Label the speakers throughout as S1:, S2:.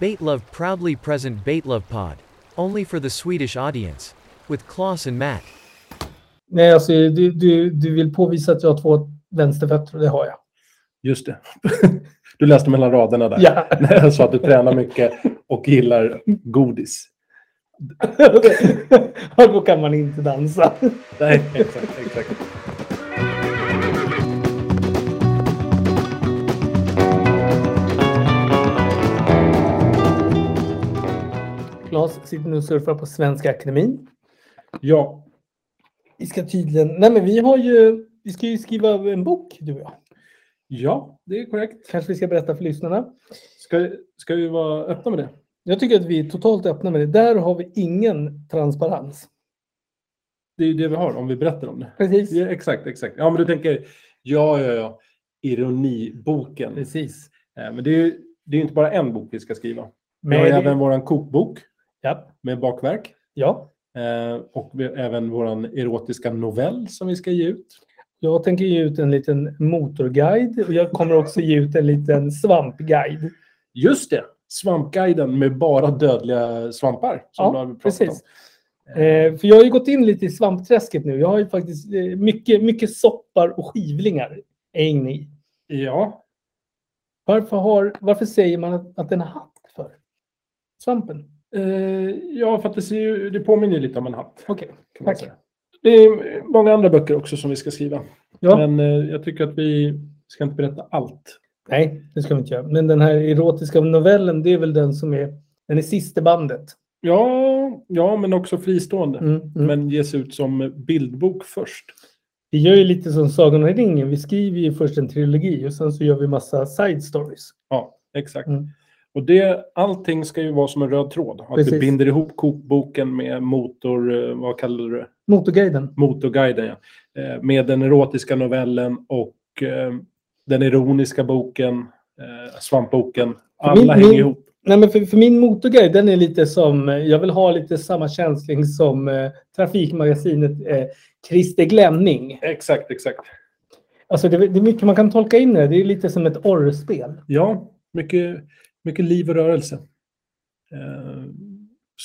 S1: Baitlove proudly present Baitlove Pod. Only for the Swedish audience. With Klaus and Matt.
S2: Nej, alltså du, du, du vill påvisa att jag har två vänsterfötter och det har jag.
S3: Just det. Du läste mellan raderna där.
S2: Ja.
S3: När jag sa att du tränar mycket och gillar godis.
S2: och då kan man inte dansa.
S3: Nej, exakt. exakt.
S2: Claes sitter nu och surfar på Svenska Akademin.
S3: Ja,
S2: Vi ska tydligen... Nej, men vi har ju... Vi ska ju skriva en bok, du och jag.
S3: ja, det är korrekt.
S2: Kanske vi ska berätta för lyssnarna.
S3: Ska, ska vi vara öppna med det?
S2: Jag tycker att vi är totalt öppna med det. Där har vi ingen transparens.
S3: Det är ju det vi har om vi berättar om det.
S2: Precis.
S3: Ja, exakt, exakt. Ja, men du tänker, ja, ja, ja, ironiboken. Eh,
S2: Precis.
S3: Men det är ju det är ju inte bara en bok vi ska skriva. Vi
S2: Nej,
S3: har
S2: det-
S3: även vår kokbok
S2: Ja.
S3: med bakverk.
S2: ja.
S3: Eh, Och vi har även vår erotiska novell som vi ska ge ut.
S2: Jag tänker ge ut en liten motorguide och jag kommer också ge ut en liten svampguide.
S3: Just det! Svampguiden med bara dödliga svampar. Som
S2: Ja,
S3: du har pratat
S2: precis.
S3: Om.
S2: Eh, för jag har ju gått in lite i svampträsket nu. Jag har ju faktiskt eh, mycket, mycket soppar och skivlingar är jag inne i.
S3: Ja,
S2: Varför, har, varför säger man att, att den har hatt för? Svampen?
S3: eh, ja för att det, ser ju, det påminner ju lite om en hatt.
S2: Okej,
S3: Kan man
S2: tack.
S3: säga. Det är många andra böcker också som vi ska skriva.
S2: Ja.
S3: Men eh, jag tycker att vi ska inte berätta allt.
S2: Nej, det ska vi inte göra. Men den här erotiska novellen, det är väl den som är, den är sista bandet.
S3: Ja, ja men också fristående.
S2: Mm, mm.
S3: Men ges ut som bildbok först.
S2: Vi gör ju lite som Sagan om ringen. Vi skriver ju först en trilogi och sen så gör vi massa side stories.
S3: Ja, exakt.
S2: Mm.
S3: Och det, allting ska ju vara som en röd tråd. Att vi
S2: Precis.
S3: binder ihop kokboken med motor... eh, Vad kallar du det?
S2: Motorguiden.
S3: Motorguiden, ja. Eh, Med den erotiska novellen och eh, den ironiska boken, eh, svampboken. Alla
S2: Min-
S3: hänger
S2: min-
S3: ihop.
S2: Nej, men för, för min motorguide, den är lite som... eh, Jag vill ha lite samma känsling som eh, Trafikmagasinet eh, Christer Glenning.
S3: Exakt, exakt.
S2: Alltså det, det är mycket man kan tolka in i det. Det är lite som ett orrspel.
S3: Ja, mycket, mycket liv och rörelse. Eh,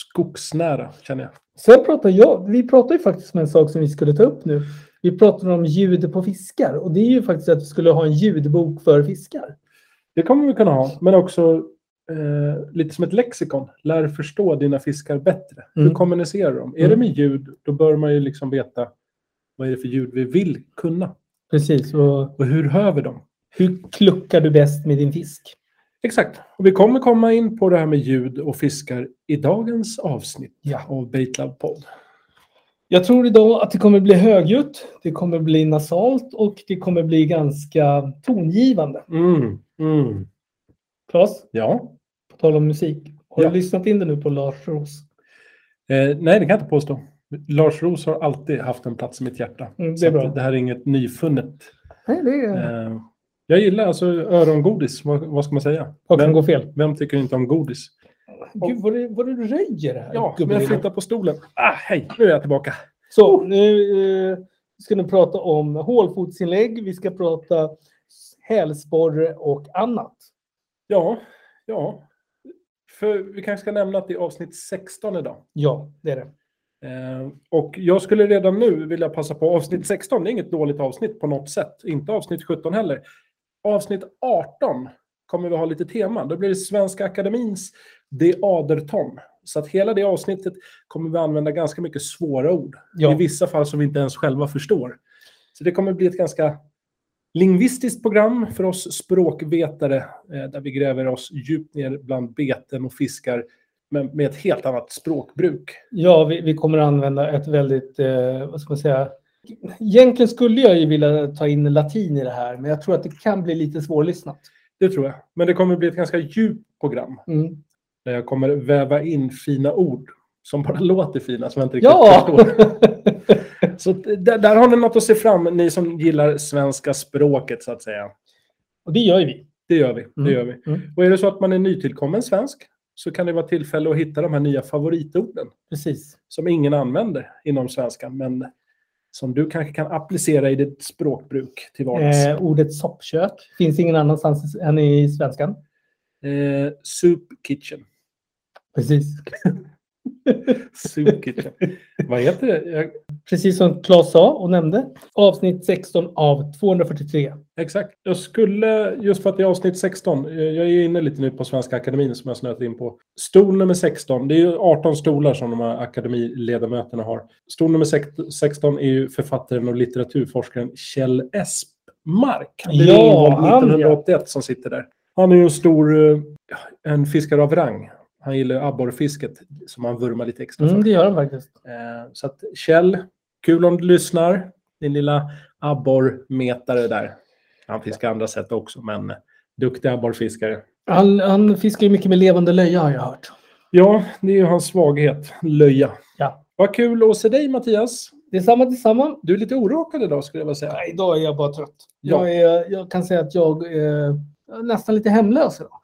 S3: skogsnära, känner jag.
S2: Sen pratar jag, vi pratar ju faktiskt om en sak som vi skulle ta upp nu. Vi pratar om ljud på fiskar och det är ju faktiskt att vi skulle ha en ljudbok för fiskar.
S3: Det kommer vi kunna ha, men också eh, lite som ett lexikon. Lär förstå dina fiskar bättre.
S2: Mm.
S3: Hur kommunicerar de? Är
S2: Mm.
S3: det med ljud, då bör man ju liksom veta vad är det för ljud vi vill kunna.
S2: Precis, och
S3: Och hur hör vi dem?
S2: hur kluckar du bäst med din fisk?
S3: Exakt. Och vi kommer komma in på det här med ljud och fiskar i dagens avsnitt
S2: Ja.
S3: av Baitlab podd.
S2: Jag tror idag att det kommer bli högljutt, det kommer bli nasalt och det kommer bli ganska tongivande.
S3: Mm, mm.
S2: Claes,
S3: Ja.
S2: på tal om musik. Har
S3: Ja.
S2: du lyssnat in det nu på Lars Roos?
S3: Eh, nej, det kan jag inte påstå. Lars Roos har alltid haft en plats i mitt hjärta.
S2: Mm, det är
S3: Så att
S2: bra. Mm.
S3: det här är inget nyfunnet.
S2: Nej, det är...
S3: Eh, jag gillar alltså örongodis. Vad, vad ska man säga?
S2: Vad kan
S3: Vem,
S2: gå fel?
S3: vem tycker inte om godis?
S2: Gud, vad det, vad det röjer här.
S3: Ja, men
S2: gubben.
S3: jag flyttar på stolen. Ah, hej, nu är jag tillbaka.
S2: Så, nu eh, ska ni prata om hålfotsinlägg, vi ska prata hälsporre och annat.
S3: Ja, ja. För vi kanske ska nämna att det är avsnitt 16 idag.
S2: Ja, det är det.
S3: Eh, Och jag skulle redan nu vilja passa på avsnitt 16. Det är inget dåligt avsnitt på något sätt. Inte avsnitt 17 heller. Avsnitt 18 kommer vi ha lite tema. Då blir det Svenska Akademins De Aderton. Så att hela det avsnittet kommer vi använda ganska mycket svåra ord.
S2: Ja.
S3: I vissa fall som vi inte ens själva förstår. Så det kommer bli ett ganska lingvistiskt program för oss språkvetare eh, där vi gräver oss djupt ner bland beten och fiskar men med ett helt annat språkbruk.
S2: Ja, vi, vi kommer att använda ett väldigt, eh, vad ska man säga, egentligen skulle jag ju vilja ta in latin i det här, men jag tror att det kan bli lite svårlyssnat.
S3: Det tror jag. Men det kommer bli ett ganska djupt program
S2: Mm.
S3: där jag kommer väva in fina ord som bara låter fina, som jag inte riktigt
S2: Ja!
S3: förstår. Så att där, där har ni något att se fram ni som gillar svenska språket, så att säga.
S2: och det gör ju vi.
S3: Det gör vi.
S2: Mm.
S3: Det gör vi.
S2: Mm.
S3: Och är det så att man är nytillkommen svensk så kan det vara tillfälle att hitta de här nya favoritorden
S2: Precis.
S3: som ingen använder inom svenskan, men som du kanske kan applicera i ditt språkbruk till vardags.
S2: Eh, ordet soppkök finns ingen annanstans än i svenskan.
S3: Eh, soup Kitchen.
S2: Precis.
S3: Soup Kitchen. Vad heter det? Jag,
S2: Precis som Claes sa och nämnde. Avsnitt 16 av 243.
S3: exakt. Jag skulle, just för att det är avsnitt 16, eh, jag är inne lite nu på Svenska Akademin som jag snöat in på. Stol nummer 16, det är ju 18 stolar som de här akademiledamöterna har. Stol nummer sex- 16 är ju författaren och litteraturforskaren Kjell Espmark. Det är
S2: Ja,
S3: Ringholm
S2: han, ja.
S3: 1981 som sitter där. Han är ju en stor, eh, en fiskare av rang. Han gillar abborrfisket som han vurmar lite extra för.
S2: Mm, det gör han faktiskt.
S3: Eh, så att Kjell, kul om du lyssnar. Din lilla abborrmetare där. Han fiskar andra sätt också, men duktig abborrfiskare.
S2: Han, han fiskar ju mycket med levande löja har jag hört.
S3: Ja, det är ju hans svaghet. Löja.
S2: Ja.
S3: Vad kul att se dig Mattias.
S2: Detsamma, detsamma.
S3: Du är lite orakad idag skulle jag vilja säga.
S2: Nej, idag är jag bara trött.
S3: Ja.
S2: Jag, är, jag kan säga att jag eh, är nästan lite hemlös idag.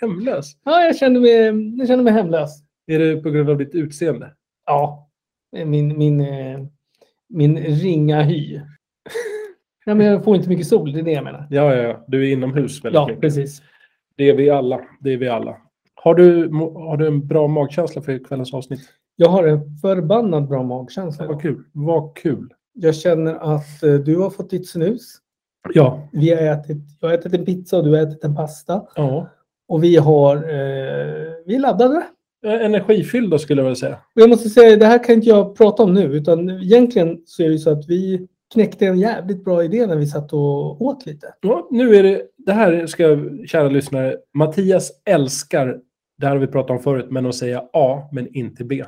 S3: Hemlös.
S2: Ja, jag känner mig, jag känner mig hemlös.
S3: Är det på grund av ditt utseende?
S2: Ja. Min, min, eh, min ringa hy. Nej, men jag får inte mycket sol, det är det jag menar.
S3: Ja, ja, ja. Du är inomhus väldigt
S2: Ja,
S3: mycket.
S2: precis.
S3: Det är vi alla. Det är vi alla. Har du, har du en bra magkänsla för kvällens avsnitt?
S2: Jag har en förbannad bra magkänsla. idag.
S3: Vad kul. Vad kul.
S2: Jag känner att eh, du har fått ditt snus.
S3: Ja.
S2: Vi har ätit, jag har ätit en pizza och du har ätit en pasta.
S3: ja.
S2: Och vi har... Eh, vi är laddade.
S3: Energifyllda Eh, skulle jag vilja säga.
S2: Och jag måste säga, det här kan inte jag prata om nu. Utan egentligen så är det ju så att vi knäckte en jävligt bra idé när vi satt och åt lite.
S3: Ja, nu är det, det här ska jag, kära lyssnare, Mattias älskar, det här har vi pratat om förut, men att säga A men inte B.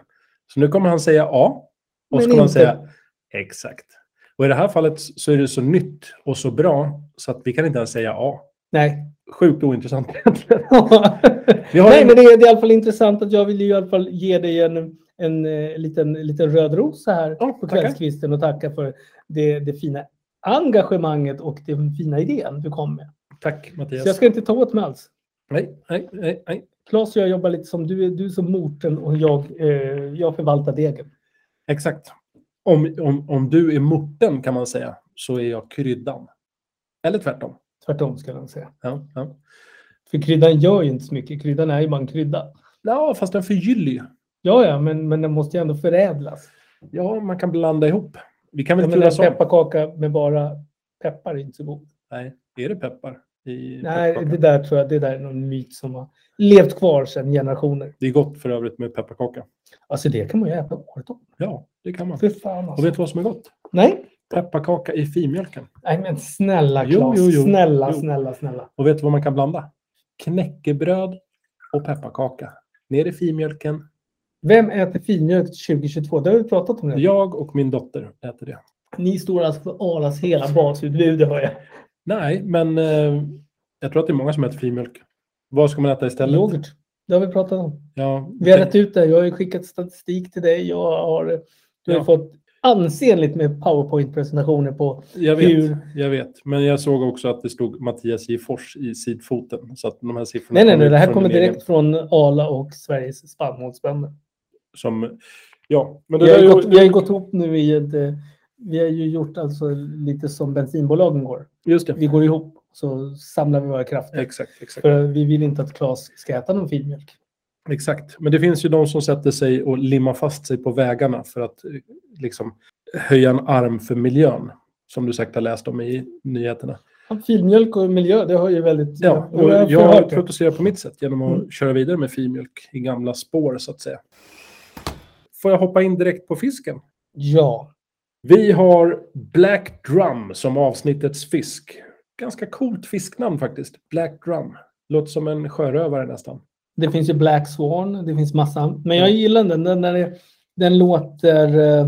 S3: Så nu kommer han säga A och
S2: Men
S3: så kommer han
S2: inte.
S3: säga exakt. Och i det här fallet så är det så nytt och så bra så att vi kan inte ens säga A.
S2: Nej.
S3: Sjukt ointressant egentligen. Vi har
S2: Nej,
S3: en-
S2: men det är, det är i alla fall intressant att jag vill ju i alla fall ge dig en, en eh, liten, liten röd ros så här
S3: Ja,
S2: på
S3: tackar.
S2: kvällskvisten och tacka för det, det fina engagemanget och den fina idén du kom med.
S3: Tack Mattias.
S2: Så jag ska inte ta åt mig alls.
S3: Nej, nej, nej, nej.
S2: Claes och jag jobbar lite som du, är- du är som morten och jag, eh, jag förvaltar degen.
S3: Exakt. Om, om, om du är morten kan man säga så är jag kryddan. Eller tvärtom.
S2: Tvärtom skulle jag säga.
S3: Ja, ja.
S2: För kryddan gör ju inte så mycket. Kryddan är ju bara en krydda.
S3: ja fast den förgyller ju.
S2: Ja, ja, men, men den måste ju ändå förädlas.
S3: Ja, man kan blanda ihop. Vi kan väl
S2: Jag
S3: turas
S2: menar,
S3: om?
S2: pepparkaka med bara peppar är inte så god.
S3: Nej, är det peppar? I
S2: Nej,
S3: pepparkakan?
S2: det där tror jag det där är någon myt som har levt kvar sedan generationer.
S3: det är gott för övrigt med pepparkaka.
S2: Alltså det kan man ju äta året om.
S3: Ja, det kan man.
S2: För fan alltså.
S3: Och vet du vad som är gott?
S2: Nej,
S3: Pepparkaka i filmjölken.
S2: Nej men snälla
S3: Jo,
S2: Claes.
S3: jo, jo.
S2: Snälla,
S3: Jo.
S2: snälla, snälla.
S3: Och vet du vad man kan blanda? Knäckebröd och pepparkaka. Ner i filmjölken.
S2: Vem äter filmjölk 2022? Det har vi pratat om redan.
S3: Jag och min dotter äter det.
S2: Ni står alltså för Alas hela basutbud hör jag.
S3: Nej, men eh, jag tror att det är många som äter filmjölk. Vad ska man äta istället?
S2: Yoghurt. Det har vi pratat om.
S3: Ja,
S2: Vi har
S3: tänk-
S2: rätt ut det. Jag har ju skickat statistik till dig. Jag har, du har
S3: Ja.
S2: fått ansenligt med powerpoint-presentationer på
S3: Jag vet,
S2: Hur-
S3: jag vet. Men jag såg också att det stod Mattias J. Fors i sidfoten. Så att de här siffrorna
S2: Nej, nej,
S3: kommer
S2: nej.
S3: ut
S2: Det här
S3: från
S2: kommer
S3: min egen-
S2: direkt från Arla och Sveriges spannmålsbönder.
S3: Som, ja, men det
S2: Vi har,
S3: där
S2: ju
S3: är-
S2: gått, vi har ju gått ihop nu i ett... eh, Vi har ju gjort alltså lite som bensinbolagen går.
S3: Just det. Eh,
S2: Vi går ihop så samlar vi våra krafter.
S3: Exakt, exakt,
S2: För vi vill inte att Claes ska äta någon filmjölk.
S3: exakt. Men det finns ju de som sätter sig och limmar fast sig på vägarna för att eh, liksom, höja en arm för miljön. Som du säkert har läst om i nyheterna.
S2: Ja, Filmjölk och miljö, det har ju väldigt...
S3: Ja, och
S2: jag har
S3: jag,
S2: förhört det.
S3: protesterar på mitt sätt genom att
S2: Mm.
S3: köra vidare med filmjölk i gamla spår så att säga. Får jag hoppa in direkt på fisken?
S2: Ja.
S3: Vi har Black Drum som avsnittets fisk. Ganska coolt fisknamn faktiskt. Black Drum. Låter som en sjörövare nästan.
S2: Det finns ju Black Swan, det finns massa. Men jag gillar den. Den, den, är, den låter... eh,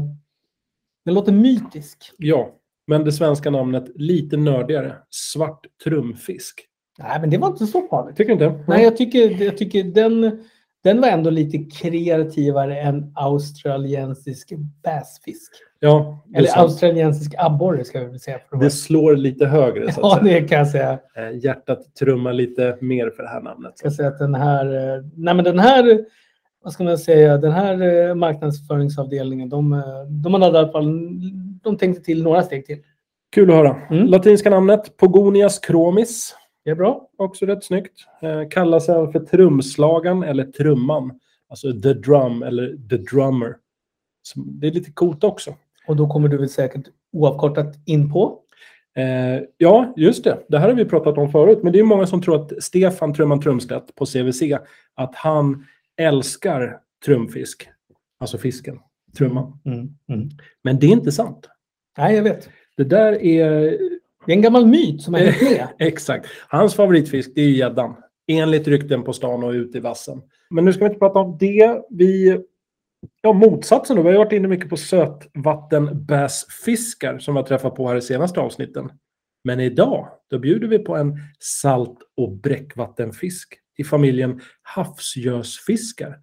S2: Den låter mytisk.
S3: Ja, men det svenska namnet lite nördigare. Svart trumfisk.
S2: Nej, men det var inte så farligt.
S3: Tycker du inte?
S2: Nej, jag tycker, jag tycker den, den var ändå lite kreativare än australiensisk bassfisk.
S3: Ja, det, är
S2: Eller
S3: sant.
S2: australiensisk abborre ska vi väl säga. För
S3: det
S2: det
S3: slår lite högre så
S2: ja,
S3: att säga.
S2: det kan jag säga.
S3: Eh, Hjärtat trummar lite mer för det här namnet.
S2: Jag ska säga att den här, eh, nej men den här, vad ska man säga, den här eh, marknadsföringsavdelningen, de, eh, de hade i alla fall, de tänkte till några steg till.
S3: Kul att höra.
S2: Mm.
S3: Latinska namnet Pogonias chromis.
S2: Det är bra.
S3: Också rätt snyggt. Eh, kallas även för trumslagan eller trumman. Alltså the drum eller the drummer. Så det är lite coolt också.
S2: Och då kommer du väl säkert oavkortat in på.
S3: Eh, ja, just det. Det här har vi pratat om förut. Men det är många som tror att Stefan Trumman Trumstedt på CVC, att han älskar trumfisk. Alltså fisken, trumman. Men det är inte sant.
S2: Nej, jag vet.
S3: Det där är
S2: Det är en gammal myt som har hängt med.
S3: Exakt. Hans favoritfisk det är ju gäddan. Enligt rykten på stan och ute i vassen. Men nu ska vi inte prata om det. Vi... Ja, motsatsen då. Vi har ju varit inne mycket på sötvattenbäsfiskar som vi har träffat på här i senaste avsnitten. Men idag, då bjuder vi på en salt och bräckvattenfisk i familjen havsgösfiskar.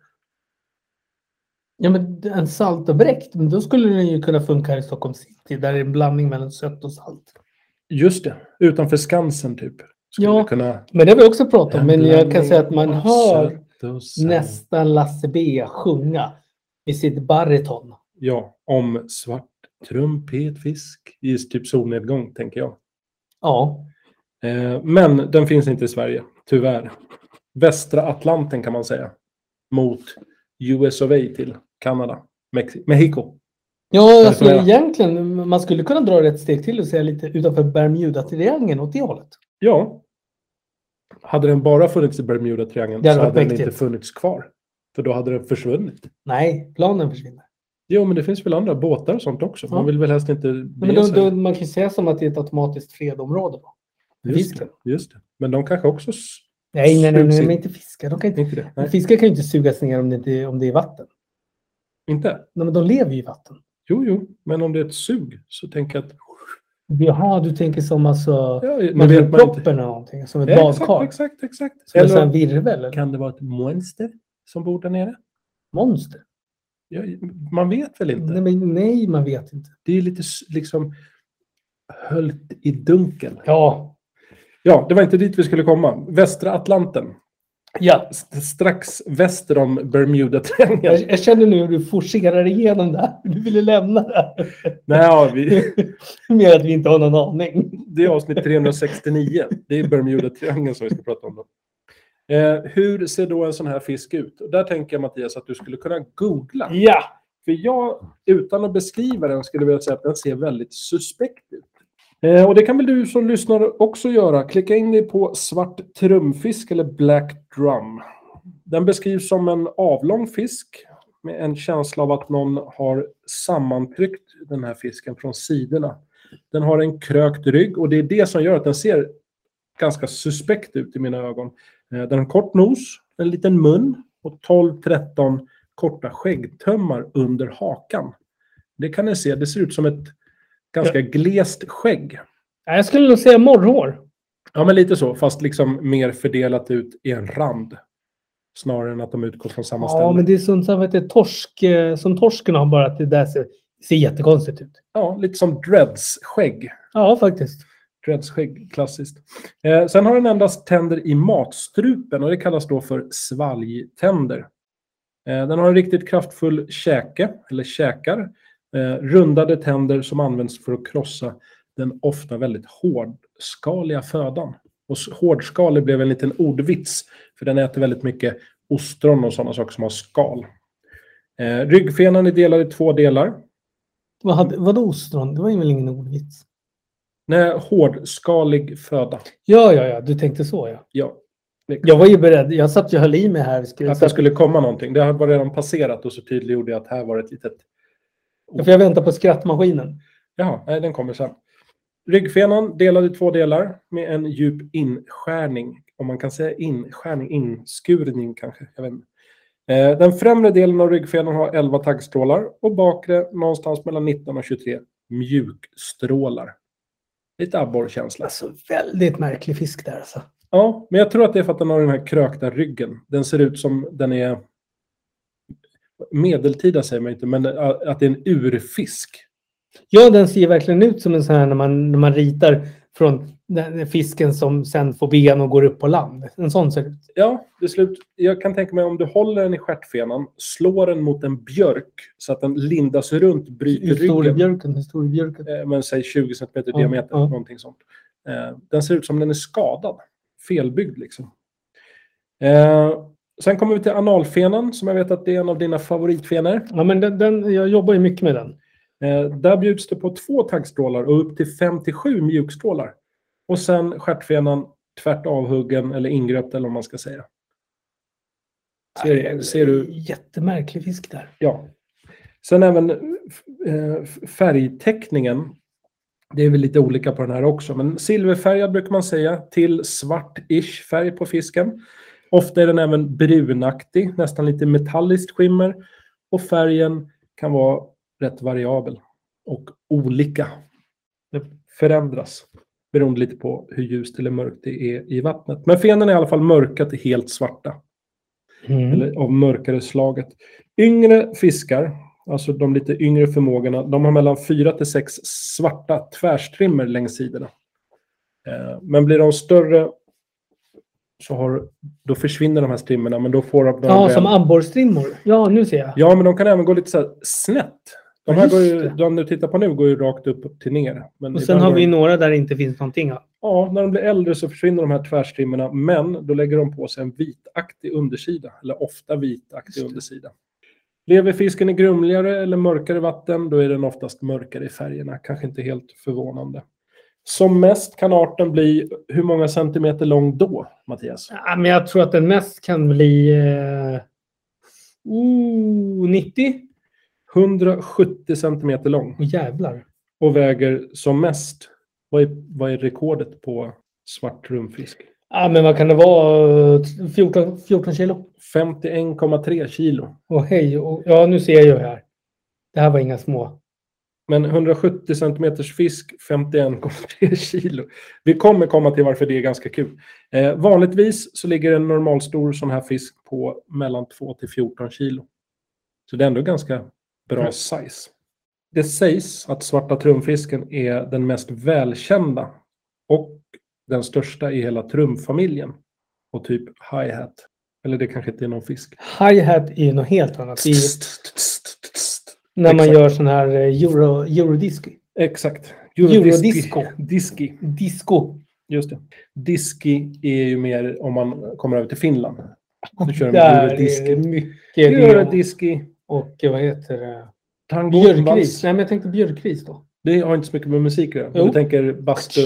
S2: Ja, men en salt och bräckt, men då skulle den ju kunna funka här i Stockholm city där det är en blandning mellan sött och salt.
S3: Just det, utanför Skansen typ. Skulle
S2: Ja.
S3: vi kunna...
S2: Men det har vi också pratat om, men jag kan
S3: Blandning
S2: säga att man
S3: av
S2: hör
S3: sött och salt.
S2: nästan Lasse B sjunga i sitt bariton.
S3: Ja, om svart trumpetfisk i typ solnedgång, tänker jag.
S2: Ja,
S3: Eh, men den finns inte i Sverige, tyvärr. Västra Atlanten kan man säga. Mot US of A till Kanada. Mex- Mexiko.
S2: ja alltså,
S3: Venezuela.
S2: egentligen man skulle kunna dra det ett steg till och säga lite utanför Bermuda-triangeln åt det hållet.
S3: Ja. Hade den bara funnits i Bermuda-triangeln
S2: Det
S3: så
S2: hade
S3: hade
S2: varit
S3: den
S2: mäktigt.
S3: inte funnits kvar. För då hade den försvunnit.
S2: Nej, planen försvinner.
S3: Jo, men det finns väl andra båtar och sånt också.
S2: Ja.
S3: Man vill väl helst inte
S2: Men
S3: bege
S2: då,
S3: sig.
S2: då, man kan ju säga som att det är ett automatiskt fredområde. Då.
S3: just,
S2: fisken.
S3: det, just det. Men de kanske också... s-
S2: Nej, nej, nej, nej,
S3: Susie.
S2: men inte fiskar. De kan inte,
S3: Inte det? Nej,
S2: fiskar kan ju inte sugas ner om det, inte, om det är vatten.
S3: inte?
S2: Nej, men de lever ju i vatten.
S3: Jo, jo, men om det är ett sug så tänker jag att...
S2: Jaha, du tänker som alltså...
S3: Ja,
S2: Man
S3: vet
S2: vet proppen eller någonting, som ett
S3: Ja,
S2: badkar.
S3: Exakt, exakt, exakt.
S2: Som en sån här
S3: Eller
S2: virvel eller
S3: kan det vara ett monster som bor där nere?
S2: monster.
S3: Ja, man vet väl inte?
S2: Nej, men, nej, man vet inte.
S3: Det är lite s- liksom höljt i dunkel.
S2: Ja,
S3: Ja, det var inte dit vi skulle komma. Västra Atlanten.
S2: ja.
S3: St- strax väster om
S2: Jag,
S3: Bermuda-triangeln.
S2: jag känner nu hur du forcerar igenom det här. Du ville lämna det här.
S3: Nej, ja, vi,
S2: Mer att vi inte har någon aning.
S3: det är avsnitt 369. Det är Bermuda-triangeln som vi ska prata om. Då. Eh, hur ser då en sån här fisk ut? Och där tänker jag Mattias att du skulle kunna googla.
S2: Ja,
S3: För jag, utan att beskriva den, skulle vilja säga att den ser väldigt suspekt ut. Eh, och det kan väl du som lyssnar också göra. Klicka in dig på svart trumfisk eller black drum. Den beskrivs som en avlång fisk med en känsla av att någon har sammantryckt den här fisken från sidorna. Den har en krökt rygg och det är det som gör att den ser ganska suspekt ut i mina ögon. Eh, Den har en kort nos, en liten mun och 12-13 korta skäggtömmar under hakan. Det kan ni se, det ser ut som ett ganska glest skägg.
S2: Nej, jag skulle nog säga morrhår.
S3: Ja, men lite så, fast liksom mer fördelat ut i en rand. Snarare än att de utgår från samma ställe.
S2: Ja, men det är sånt som heter torsk, eh, som torsken har bara att det där ser, ser jättekonstigt ut.
S3: Ja, lite som dreads-skägg.
S2: Ja, faktiskt.
S3: Dreads-skägg, klassiskt. Eh, sen har den endast tänder i matstrupen och det kallas då för svalgtänder. Eh, den har en riktigt kraftfull käke, eller käkar. Eh, rundade tänder som används för att krossa den ofta väldigt hårdskaliga födan. Och s- hårdskalig blev en liten ordvits, för den äter väldigt mycket ostron och sådana saker som har skal. Eh, ryggfenan är delad i två delar.
S2: Vad hade, vadå ostron? Det var ju väl ingen ordvits?
S3: Nej, hårdskalig föda.
S2: Ja, ja, ja, du tänkte så ja.
S3: Ja.
S2: Jag var ju beredd. Jag satt ju och höll i mig här. Jag Skulle,
S3: Att det skulle komma någonting. Det här var redan passerat och så tydliggjorde jag att här var ett litet...
S2: Ja, för jag väntar på skrattmaskinen.
S3: Jaha, nej, den kommer sen. Ryggfenan delad i två delar med en djup inskärning. Om man kan säga inskärning, inskurning kanske. Jag vet inte. Eh, Den främre delen av ryggfenan har 11 taggstrålar och bakre någonstans mellan 19 och 23 mjukstrålar. Lite abborrkänsla.
S2: Alltså väldigt märklig fisk där alltså.
S3: Ja, men jag tror att det är för att den har den här krökta ryggen. Den ser ut som den är medeltida säger man inte, men eh, att det är en urfisk.
S2: Ja, den ser ju verkligen ut som en sån här när man, när man ritar från den den fisken som sen får ben och går upp på land. En sån ser det ut.
S3: Ja, det är slut. Jag kan tänka mig om du håller den i stjärtfenan, slår den mot en björk så att den lindas runt, bryter
S2: Hur stor är
S3: ryggen.
S2: björken? Hur stor är björken?
S3: Eh, Men säg 20 cm
S2: Ja,
S3: diameter,
S2: ja.
S3: någonting sånt. Eh, Den ser ut som den är skadad. felbyggd. Liksom. Eh, sen kommer vi till analfenan som jag vet att det är en av dina favoritfenor.
S2: Ja, men den, den, jag jobbar ju mycket med den.
S3: Eh, där bjuds det på två taggstrålar och upp till 5-7 mjukstrålar. Och sen stjärtfenan tvärt avhuggen eller ingröpt eller vad man ska säga. Ser, ser du?
S2: Jättemärklig fisk där.
S3: Ja. Sen även eh, färgteckningen. Det är väl lite olika på den här också, men silverfärgad brukar man säga till svart-ish färg på fisken. Ofta är den även brunaktig, nästan lite metalliskt skimmer och färgen kan vara rätt variabel och olika. Det förändras beroende lite på hur ljust eller mörkt det är i vattnet. Men fenen är i alla fall mörka till helt svarta,
S2: Mm.
S3: eller av mörkare slaget. Yngre fiskar, alltså de lite yngre förmågorna, de har mellan fyra till sex svarta tvärstrimmer längs sidorna. Eh, Men blir de större så har, då försvinner de här strimmorna, men då får de...
S2: Ja,
S3: väl-
S2: som abborrstrimmor. Ja, nu ser jag.
S3: Ja, men de kan även gå lite så här snett. De
S2: Ja,
S3: här går
S2: just
S3: ju,
S2: det.
S3: de du tittar på nu går ju rakt upp, upp till ner. Men
S2: Och sen
S3: ibland
S2: har
S3: går
S2: vi
S3: de-
S2: några där det inte finns någonting. ja.
S3: Ja, när de blir äldre så försvinner de här tvärstrimmorna, men då lägger de på sig en vitaktig undersida, eller ofta vitaktig undersida. Lever fisken i grumligare eller mörkare vatten, då är den oftast mörkare i färgerna, kanske inte helt förvånande. Som mest kan arten bli hur många centimeter lång då, Mattias?
S2: Ja, men jag tror att den mest kan bli... Eh, oh, 90?
S3: 170 centimeter lång.
S2: Åh jävlar.
S3: och väger som mest. Vad är, vad är rekordet på svart rumfisk?
S2: Ja, men vad kan det vara? Eh, 14, 14 kilo?
S3: 51,3 kilo.
S2: Och hej. Och, ja, nu ser jag ju här. Det här var inga små.
S3: Men 170 centimeters fisk, 51,3 kilo. Vi kommer komma till varför det är ganska kul. Eh, vanligtvis så ligger en normalstor sån här fisk på mellan 2 till 14 kilo. Så det är ändå ganska bra
S2: Mm.
S3: size. Det sägs att svarta trumfisken är den mest välkända och den största i hela trumfamiljen. Och typ hi-hat. Eller det kanske inte är någon fisk.
S2: Hi-hat är ju något helt annat. Det är ju när man
S3: Exakt.
S2: gör sån här eh, euro, eurodisco.
S3: Exakt.
S2: Eurodisco.
S3: Diski.
S2: Disco.
S3: Just det. Diski är ju mer om man kommer över till Finland. Då kör de
S2: Där
S3: eurodisco.
S2: är det mycket det.
S3: Eurodiski,
S2: Och eh, vad heter det?
S3: tango,
S2: Björkris.
S3: vals.
S2: Nej, men jag tänkte björkris då.
S3: Det har inte så mycket med musik att göra.
S2: Jo.
S3: Du tänker bastu.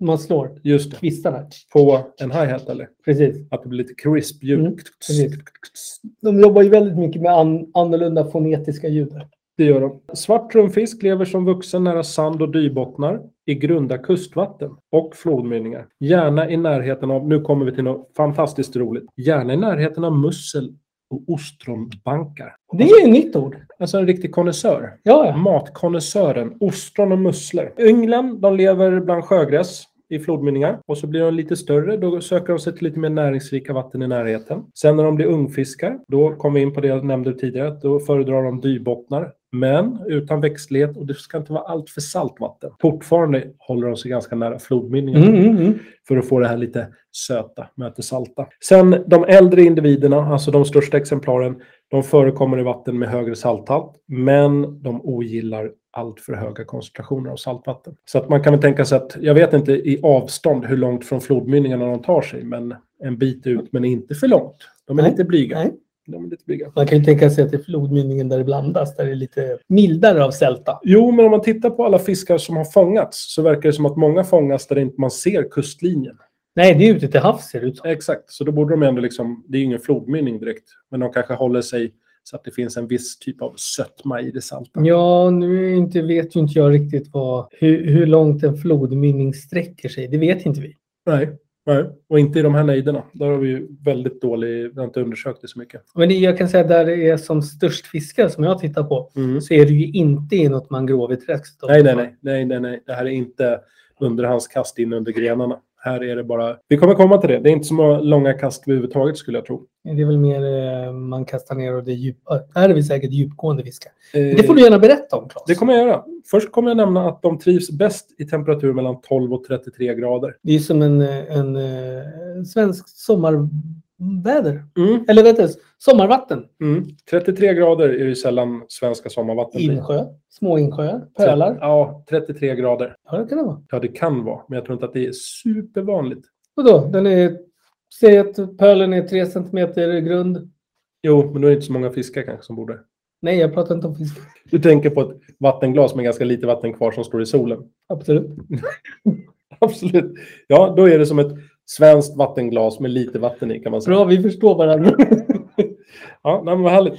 S2: Man slår
S3: Just det.
S2: kvistarna.
S3: På en hi-hat eller?
S2: Precis.
S3: Att det blir lite crisp ljud.
S2: Mm, precis. De jobbar ju väldigt mycket med an, annorlunda fonetiska ljud.
S3: Det gör de. Svart trumfisk lever som vuxen nära sand och dybottnar, i grunda kustvatten och flodmynningar. Gärna i närheten av, nu kommer vi till något fantastiskt roligt, gärna i närheten av mussel och ostronbankar.
S2: Det är ju ett nytt ord.
S3: Alltså en riktig konnässör.
S2: Ja, ja.
S3: Matkonnässören, ostron och musslor. Ynglen, de lever bland sjögräs i flodmynningar och så blir de lite större, då söker de sig till lite mer näringsrika vatten i närheten. Sen när de blir ungfiskar, då kommer vi in på det jag nämnde tidigare, att då föredrar de dybottnar, men utan växtlighet och det ska inte vara allt för salt vatten. Fortfarande håller de sig ganska nära flodmynningar
S2: Mm, mm, mm.
S3: för att få det här lite söta, möter salta. Sen de äldre individerna, alltså de största exemplaren, de förekommer i vatten med högre salthalt, men de ogillar allt för höga koncentrationer av saltvatten. Så att man kan väl tänka sig att, jag vet inte i avstånd hur långt från flodmynningarna de tar sig, men en bit ut, men inte för långt. De är
S2: Nej,
S3: lite blyga.
S2: nej.
S3: De är lite blyga.
S2: Man kan ju tänka sig att det är flodmynningen där det blandas, där det är lite mildare av sälta.
S3: Jo, men om man tittar på alla fiskar som har fångats så verkar det som att många fångas där inte man ser kustlinjen.
S2: Nej, det är ute till havs ser det ut som.
S3: Exakt, så då borde de ändå liksom, det är ju ingen flodmynning direkt, men de kanske håller sig så att det finns en viss typ av sötma i det salta.
S2: Ja, nu är inte, vet ju inte jag riktigt vad, hur, hur långt en flodmynning sträcker sig. Det vet inte vi.
S3: Nej, nej, och inte i de här nejderna. Där har vi ju väldigt dålig, vi har inte undersökt det så mycket.
S2: Men det, jag kan säga där det är som störst fiskar som jag tittar på,
S3: Mm.
S2: så är det ju inte i något mangroviträsk.
S3: Nej, nej, nej, nej, nej, nej, det här är inte underhandskast in under grenarna. Här är det bara, vi kommer komma till det, det är inte så många långa kast överhuvudtaget skulle jag tro.
S2: Det är väl mer eh, man kastar ner och det är djupa. Här är vi säkert djupgående fiskar.
S3: Eh,
S2: Det får du gärna berätta om Claes.
S3: det kommer jag göra. Först kommer jag nämna att de trivs bäst i temperatur mellan 12 och 33 grader.
S2: Det är som en, eh, en eh, svensk sommarväder.
S3: Mm.
S2: Eller vet du, sommarvatten.
S3: Mm. 33 grader är det ju sällan svenska sommarvatten blir.
S2: Insjö, små insjöar, pölar.
S3: Ja, 33 grader.
S2: Ja, det kan det vara.
S3: Ja, det kan vara, men jag tror inte att det är supervanligt.
S2: Vadå? Den är... Säg att pölen är tre centimeter grund.
S3: Jo, men då är det inte så många fiskar kanske som bor där.
S2: Nej, jag pratar inte om fisk.
S3: Du tänker på ett vattenglas med ganska lite vatten kvar som står i solen.
S2: Absolut.
S3: Absolut. Ja, då är det som ett svenskt vattenglas med lite vatten i kan man säga.
S2: Bra, vi förstår varandra.
S3: Ja, nej, men vad härligt.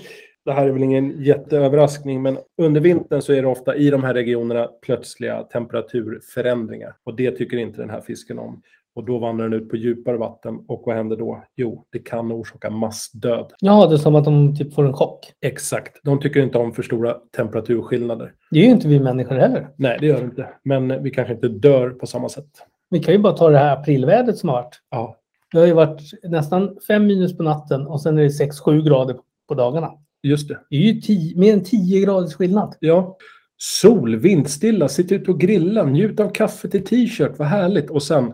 S3: Det här är väl ingen jätteöverraskning, men under vintern så är det ofta i de här regionerna plötsliga temperaturförändringar. Och det tycker inte den här fisken om. Och då vandrar den ut på djupare vatten. Och vad händer då? Jo, det kan orsaka massdöd.
S2: ja, det är som att de typ får en chock.
S3: Exakt. De tycker inte om för stora temperaturskillnader.
S2: Det är ju inte vi människor heller.
S3: Nej, det gör det inte. Men vi kanske inte dör på samma sätt.
S2: Vi kan ju bara ta det här aprilvädret som har varit.
S3: Ja,
S2: Det har ju varit nästan 5 minus på natten och sen är det 6-7 grader på dagarna.
S3: just det.
S2: Det är ju tio, mer än 10 graders skillnad.
S3: Ja. Sol, vindstilla, sitt ute och grilla, njut av kaffet i t-shirt, vad härligt. Och sen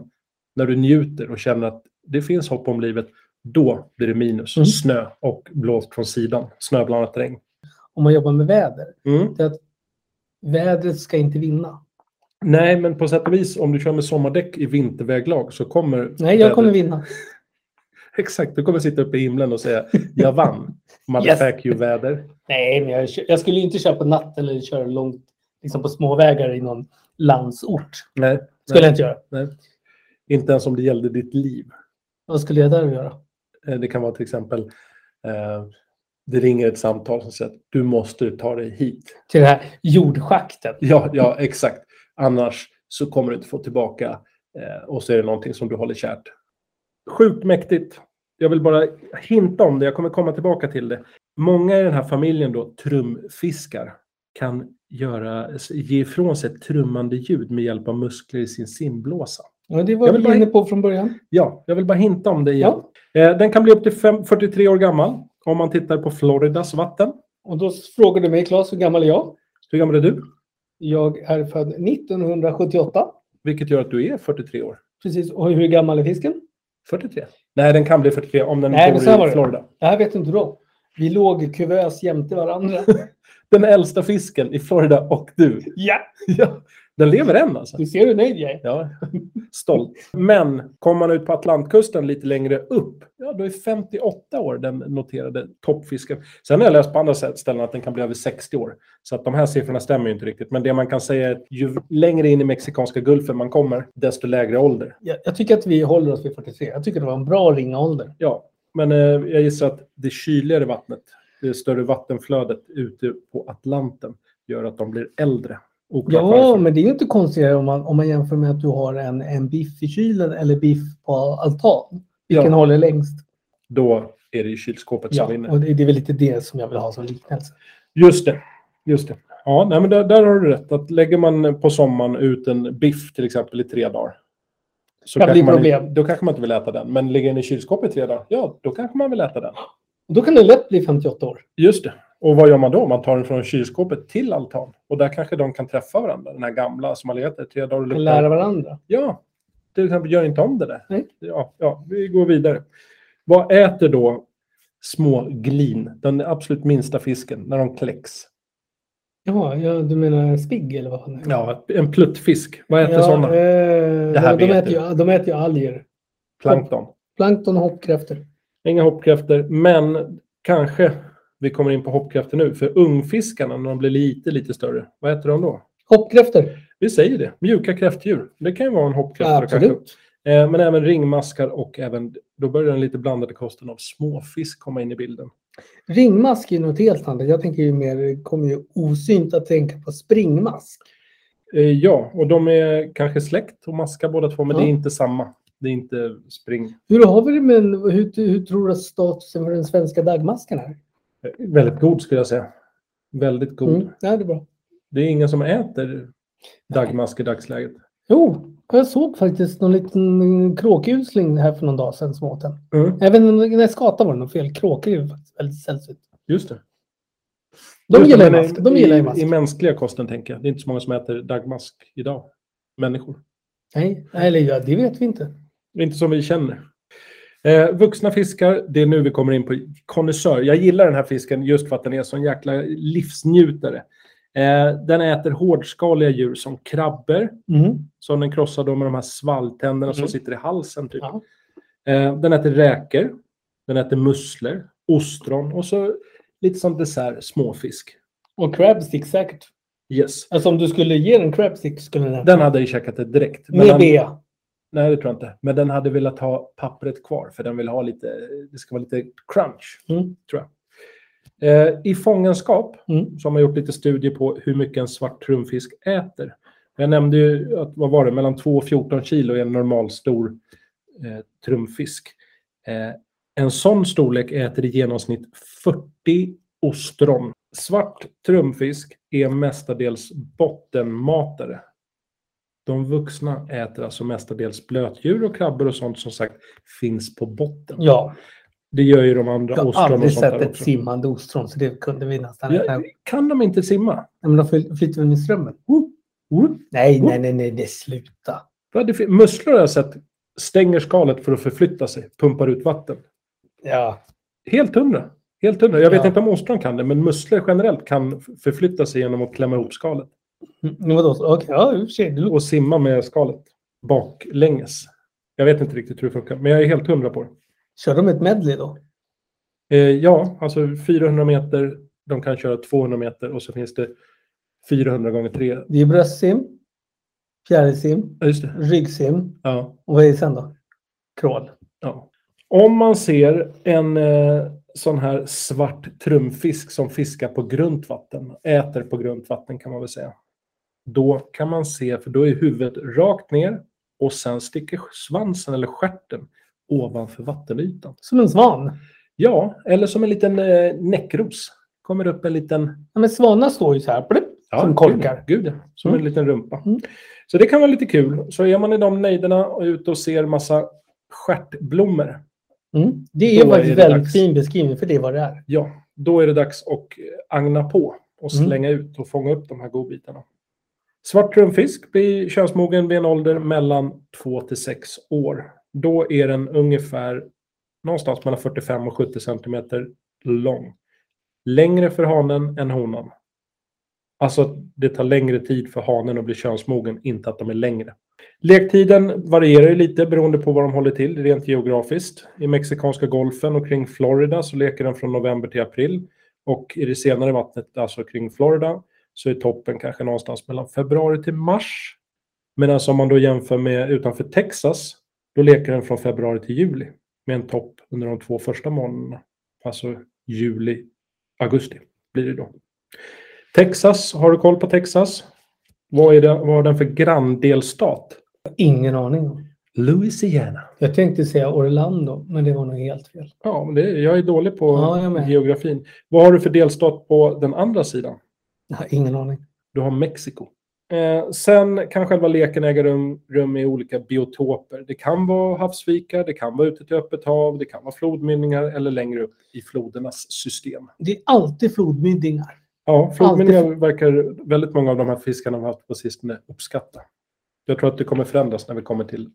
S3: när du njuter och känner att det finns hopp om livet, då blir det minus,
S2: Mm.
S3: snö och blåst från sidan, snöblandat regn.
S2: Om man jobbar med väder.
S3: Mm.
S2: Det är att vädret ska inte vinna.
S3: Nej, men på sätt och vis, om du kör med sommardäck i vinterväglag så kommer...
S2: Nej, jag kommer
S3: vädret-
S2: vinna.
S3: Exakt, du kommer sitta uppe i himlen och säga jag vann. Motherfuck you väder.
S2: Nej, men jag, kö- jag skulle ju inte köra på natten eller köra långt liksom på småvägar i någon landsort.
S3: Nej,
S2: Skulle
S3: Nej.
S2: jag inte göra.
S3: inte ens om det gällde ditt liv.
S2: Vad skulle jag där göra?
S3: Eh, Det kan vara till exempel, eh, det ringer ett samtal som säger att du måste ta dig hit.
S2: Till det här jordschaktet.
S3: Ja, ja exakt. Annars så kommer du inte få tillbaka eh, och så är det någonting som du håller kärt. Sjukt mäktigt. Jag vill bara hinta om det. Jag kommer komma tillbaka till det. Många i den här familjen då, trumfiskar, kan göra, ge ifrån sig ett trummande ljud med hjälp av muskler i sin simblåsa.
S2: Ja, det var
S3: Jag
S2: jag
S3: vill
S2: vi
S3: bara-
S2: inne på från början.
S3: Ja, jag vill bara hinta om det igen. Eh, den kan bli upp till fem- 43 år gammal om man tittar på Floridas vatten.
S2: Och då frågade du mig, Claes, hur gammal är jag?
S3: Hur gammal är du?
S2: Jag är född 1978.
S3: Vilket gör att du är 43 år.
S2: Precis. Och hur gammal är fisken?
S3: 43? Nej, den kan bli 43 om den
S2: Nej, men så här
S3: bor
S2: var
S3: i
S2: det.
S3: Florida.
S2: Det här vet inte då. Vi låg i kuvös jämte varandra.
S3: Den äldsta fisken i Florida och du.
S2: ja,
S3: Ja, den lever än alltså.
S2: du ser hur nöjd jag är.
S3: Ja, stolt. Men kommer man ut på Atlantkusten lite längre upp, ja då är 58 år den noterade toppfisken. Sen har jag läst på andra sätt- ställen att den kan bli över 60 år. Så att de här siffrorna stämmer ju inte riktigt. Men det man kan säga är att ju längre in i Mexikanska gulfen man kommer, desto lägre ålder.
S2: Jag, jag tycker att vi håller oss vid 43. Jag tycker det var en bra ringålder.
S3: Ja, men eh, jag gissar att det kyligare vattnet, det större vattenflödet ute på Atlanten, gör att de blir äldre. Oklart
S2: Ja,
S3: varför.
S2: men det är ju inte konstigare om man, om man jämför med att du har en, en biff i kylen eller biff på altan. Vilken
S3: ja,
S2: håller längst?
S3: då är det ju kylskåpet som
S2: Ja,
S3: vinner.
S2: och det, det är väl lite det som jag vill ha som liknelse.
S3: Just det. Just det. Ja, nej, men där, där har du rätt. Att lägger man på sommaren ut en biff till exempel i tre dagar. Så
S2: Kan bli
S3: kanske man
S2: problem.
S3: inte- Då kanske man inte vill äta den. Men lägger den i kylskåpet i tre dagar, ja, då kanske man vill äta den.
S2: Och då kan det lätt bli 58 år.
S3: Just det. Och vad gör man då? Man tar den från kylskåpet till altan. Och där kanske de kan träffa varandra. Den här gamla som har legat där i tre dagar och
S2: Och
S3: luktar.
S2: lära varandra.
S3: Ja, till exempel gör inte om det där.
S2: Nej.
S3: Ja, ja, vi går vidare. Vad äter då små glin, den absolut minsta fisken, när de kläcks?
S2: Ja, ja du menar spigg eller vad fan det är?
S3: Ja, en pluttfisk. Vad äter
S2: Ja,
S3: sådana?
S2: Eh,
S3: Det här
S2: de, de,
S3: vet
S2: äter ju, de äter ju alger.
S3: Plankton.
S2: Plankton och hoppkräftor.
S3: Inga hoppkräftor, men kanske vi kommer in på hoppkräftor nu. För ungfiskarna, när de blir lite, lite större, vad äter de då?
S2: Hoppkräftor?
S3: Vi säger det. Mjuka kräftdjur. Det kan ju vara en hoppkräfta. kanske.
S2: Absolut.
S3: Eh, Men även ringmaskar och även, då börjar den lite blandade kosten av småfisk komma in i bilden.
S2: Ringmask är ju något helt annat. Jag tänker ju mer, kommer ju osynt att tänka på springmask.
S3: Eh, Ja, och de är kanske släkt och maskar båda två, men
S2: Ja.
S3: det är inte samma. Det är inte spring.
S2: Hur har vi det med, en- hur, hur tror du att statusen för den svenska dagmasken är?
S3: Eh, Väldigt god skulle jag säga. Väldigt god.
S2: Mm. Ja, det är bra.
S3: Det är ingen som äter dagmask i dagsläget.
S2: Jo, jag såg faktiskt någon liten kråkusling här för någon dag sedan som åt den.
S3: Mm,
S2: Även när skata var det något fel. Kråkor är ju faktiskt väldigt sällsynt.
S3: just det.
S2: De
S3: Just det,
S2: gillar ju
S3: men
S2: mask. De gillar ju
S3: I, I
S2: mask.
S3: mänskliga kosten tänker jag. Det är inte så många som äter dagmask idag. Människor.
S2: Nej, eller ja, det vet vi inte.
S3: Det är Inte som vi känner. Eh, vuxna fiskar, det är nu vi kommer in på konnässör. Jag gillar den här fisken just för att den är en sån jäkla livsnjutare. Eh, den äter hårdskaliga djur som krabbor,
S2: Mm.
S3: som den krossar då med de här svalltänderna som
S2: Mm.
S3: sitter i halsen. Typ.
S2: Ja.
S3: Eh, den äter räkor, den äter musslor, ostron och så lite som dessert småfisk.
S2: Och crabstick säkert.
S3: Yes.
S2: Alltså om du skulle ge den crabstick skulle den...
S3: Den hade ju käkat det direkt. Men
S2: med
S3: den,
S2: B.
S3: nej, det tror jag inte. Men den hade velat ha pappret kvar, för den vill ha lite, det ska vara lite crunch,
S2: Mm.
S3: tror jag. Eh, I fångenskap
S2: Mm.
S3: så har man gjort lite studier på hur mycket en svart trumfisk äter. Jag nämnde ju att, vad var det, mellan 2 och 14 kilo är en normal stor eh, trumfisk. Eh, en sån storlek äter i genomsnitt 40 ostron. Svart trumfisk är mestadels bottenmatare. De vuxna äter alltså mestadels blötdjur och krabbor och sånt som sagt finns på botten.
S2: Ja,
S3: Det gör ju de andra
S2: jag har
S3: ostron
S2: aldrig
S3: och sånt
S2: sett
S3: där
S2: ett
S3: också.
S2: simmande ostron så det kunde vi nästan
S3: Ja,
S2: räkna upp.
S3: kan de inte simma?
S2: Nej, men de fly- flyter väl med strömmen?
S3: Whoop, whoop.
S2: Nej, nej, nej, nej, det sluta.
S3: Vad är det för- Musslor har jag sett stänger skalet för att förflytta sig, pumpar ut vatten.
S2: Ja,
S3: Helt hundra. Helt hundra. Jag vet
S2: Ja.
S3: inte om ostron kan det, men musslor generellt kan f- förflytta sig genom att klämma ihop skalet
S2: mm, vadå? Okej, ja, i och för sig. Det låter...
S3: och simma med skalet baklänges. Jag vet inte riktigt hur det funkar, men jag är helt hundra på det.
S2: Kör de ett medley då?
S3: Eh, ja, alltså 400 meter, de kan köra 200 meter och så finns det 400 gånger 3.
S2: Det är bröstsim, fjärilsim,
S3: Ja, just det.
S2: ryggsim
S3: Ja.
S2: och vad är det sen då? Krål.
S3: Ja. Om man ser en eh, sån här svart trumfisk som fiskar på grunt vatten, äter på grunt vatten kan man väl säga. Då kan man se, för då är huvudet rakt ner och sen sticker svansen eller stjärten ovanför vattenytan.
S2: Som en svan.
S3: Ja, eller som en liten eh, näckros. Kommer upp en liten...
S2: Ja, men svanar står ju så här. Blipp. Som
S3: gud,
S2: korkar.
S3: Gud, ja. som
S2: Mm.
S3: en liten rumpa.
S2: Mm.
S3: Så det kan vara lite kul. Så är man i de nejderna och är ute och ser massa stjärtblommor
S2: Mm. Det är
S3: Då
S2: faktiskt
S3: är det
S2: väldigt
S3: dags.
S2: fin beskrivning för det är vad det är.
S3: Ja, då är det dags att eh, agna på och
S2: Mm.
S3: slänga ut och fånga upp de här godbitarna. Svart trumfisk blir könsmogen vid en ålder mellan 2 till 6 år. Då är den ungefär någonstans mellan 45 och 70 centimeter lång. Längre för hanen än honan. Alltså det tar längre tid för hanen att bli könsmogen, inte att de är längre. Lektiden varierar ju lite beroende på var de håller till rent geografiskt. I mexikanska golfen och kring Florida så leker den från november till april. Och i det senare vattnet, alltså kring Florida, så är toppen kanske någonstans mellan februari till mars. Medan om man då jämför med utanför Texas, då leker den från februari till juli med en topp under de två första månaderna. Alltså juli, augusti blir det då. Texas, har du koll på Texas? Vad är, det, vad är den för granndelstat?
S2: Ingen aning om.
S3: Louisiana.
S2: Jag tänkte säga Orlando, men det var nog helt fel.
S3: Ja, men det, jag är dålig på
S2: Ja, jag med.
S3: geografin. Vad har du för delstat på den andra sidan?
S2: Jag har ingen aning.
S3: Du har Mexiko. Eh, sen kan själva leken äga rum, rum i olika biotoper. Det kan vara havsvikar, det kan vara ute till öppet hav, det kan vara flodmynningar eller längre upp i flodernas system.
S2: Det är alltid flodmynningar.
S3: Ja, flodmynningar verkar väldigt många av de här fiskarna vi har haft på sistone uppskatta. Jag tror att det kommer förändras när vi kommer till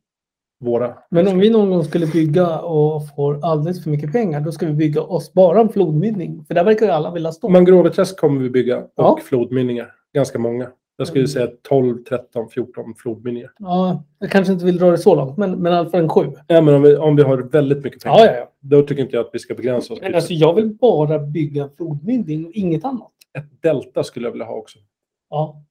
S3: våra.
S2: Men om vi någon gång skulle bygga och får alldeles för mycket pengar, då ska vi bygga oss bara en flodmynning. För där verkar ju alla vilja stå.
S3: Mangroveträsk kommer vi bygga och
S2: Ja.
S3: flodmynningar. Ganska många. Jag skulle
S2: Mm.
S3: säga 12, 13, 14 flodmynningar.
S2: Ja, jag kanske inte vill dra det så långt, men, men i alla fall en sju.
S3: Ja, men om, vi, om vi har väldigt mycket pengar,
S2: Ja, ja, ja.
S3: då tycker inte jag att vi ska begränsa oss.
S2: Men
S3: till
S2: alltså, jag vill bara bygga en flodmynning och inget annat.
S3: Ett delta skulle jag vilja ha också.
S2: Ja.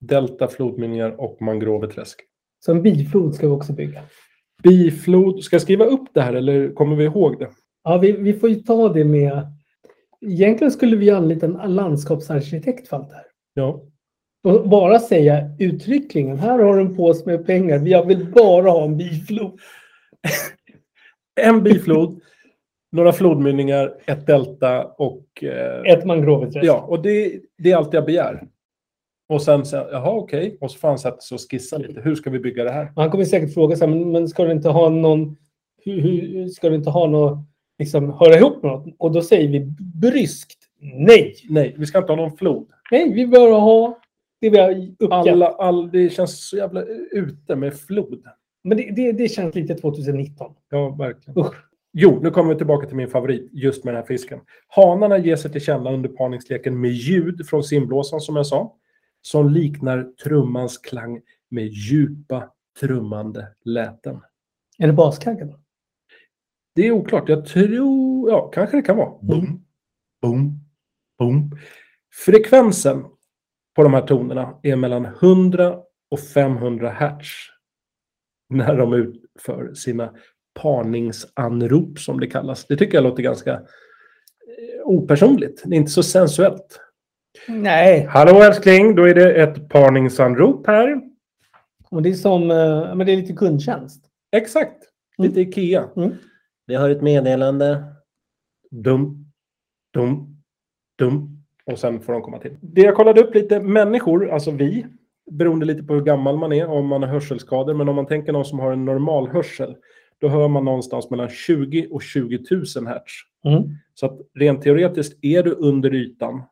S3: Delta, flodmynningar och mangroveträsk.
S2: Så en biflod ska vi också bygga.
S3: Biflod. Ska jag skriva upp det här eller kommer vi ihåg det?
S2: Ja, vi, vi får ju ta det med... Egentligen skulle vi anlita en landskapsarkitekt för allt det här.
S3: Ja.
S2: Och bara säga uttryckligen, här har du en påse med pengar, jag vill bara ha en biflod.
S3: En biflod, några flodmynningar, ett delta och... Eh,
S2: Ett mangroveträsk.
S3: Ja, och det, det är allt jag begär. Och sen, sen jaha okej, och så får han sätta sig och skissa lite. Hur ska vi bygga det här?
S2: Han kommer säkert fråga så här, men, men ska du inte ha någon... Hur, hur, ska du inte ha något... Liksom, höra ihop med något? Och då säger vi bryskt nej.
S3: Nej, vi ska inte ha någon flod.
S2: Nej, vi bör ha det vi har uppgett.
S3: Alla, all, det känns så jävla ute med flod.
S2: Men det, det, det känns lite 2019.
S3: Ja, verkligen.
S2: Usch.
S3: Jo, nu kommer vi tillbaka till min favorit, just med den här fisken. Hanarna ger sig till känna under parningsleken med ljud från simblåsan, som jag sa, som liknar trummans klang med djupa trummande läten.
S2: Är det baskaggen?
S3: Det är oklart. Jag tror... Ja, kanske det kan vara. Mm. Boom, boom, boom. Frekvensen på de här tonerna är mellan 100 och 500 hertz när de utför sina parningsanrop, som det kallas. Det tycker jag låter ganska eh, opersonligt. Det är inte så sensuellt.
S2: Nej,
S3: Hallå älskling, då är det ett parningsanrop här.
S2: men det är som eh, men det är lite kundtjänst.
S3: Exakt, lite Ikea.
S2: Mm.
S3: Vi har ett meddelande. Dum, dum, dum. Och sen får de komma till. Det jag kollade upp lite, människor, alltså vi, beroende lite på hur gammal man är, om man har hörselskador, men om man tänker någon som har en normal hörsel, då hör man någonstans mellan 20 och 20 000 hertz.
S2: Mm.
S3: Så att rent teoretiskt, är du under ytan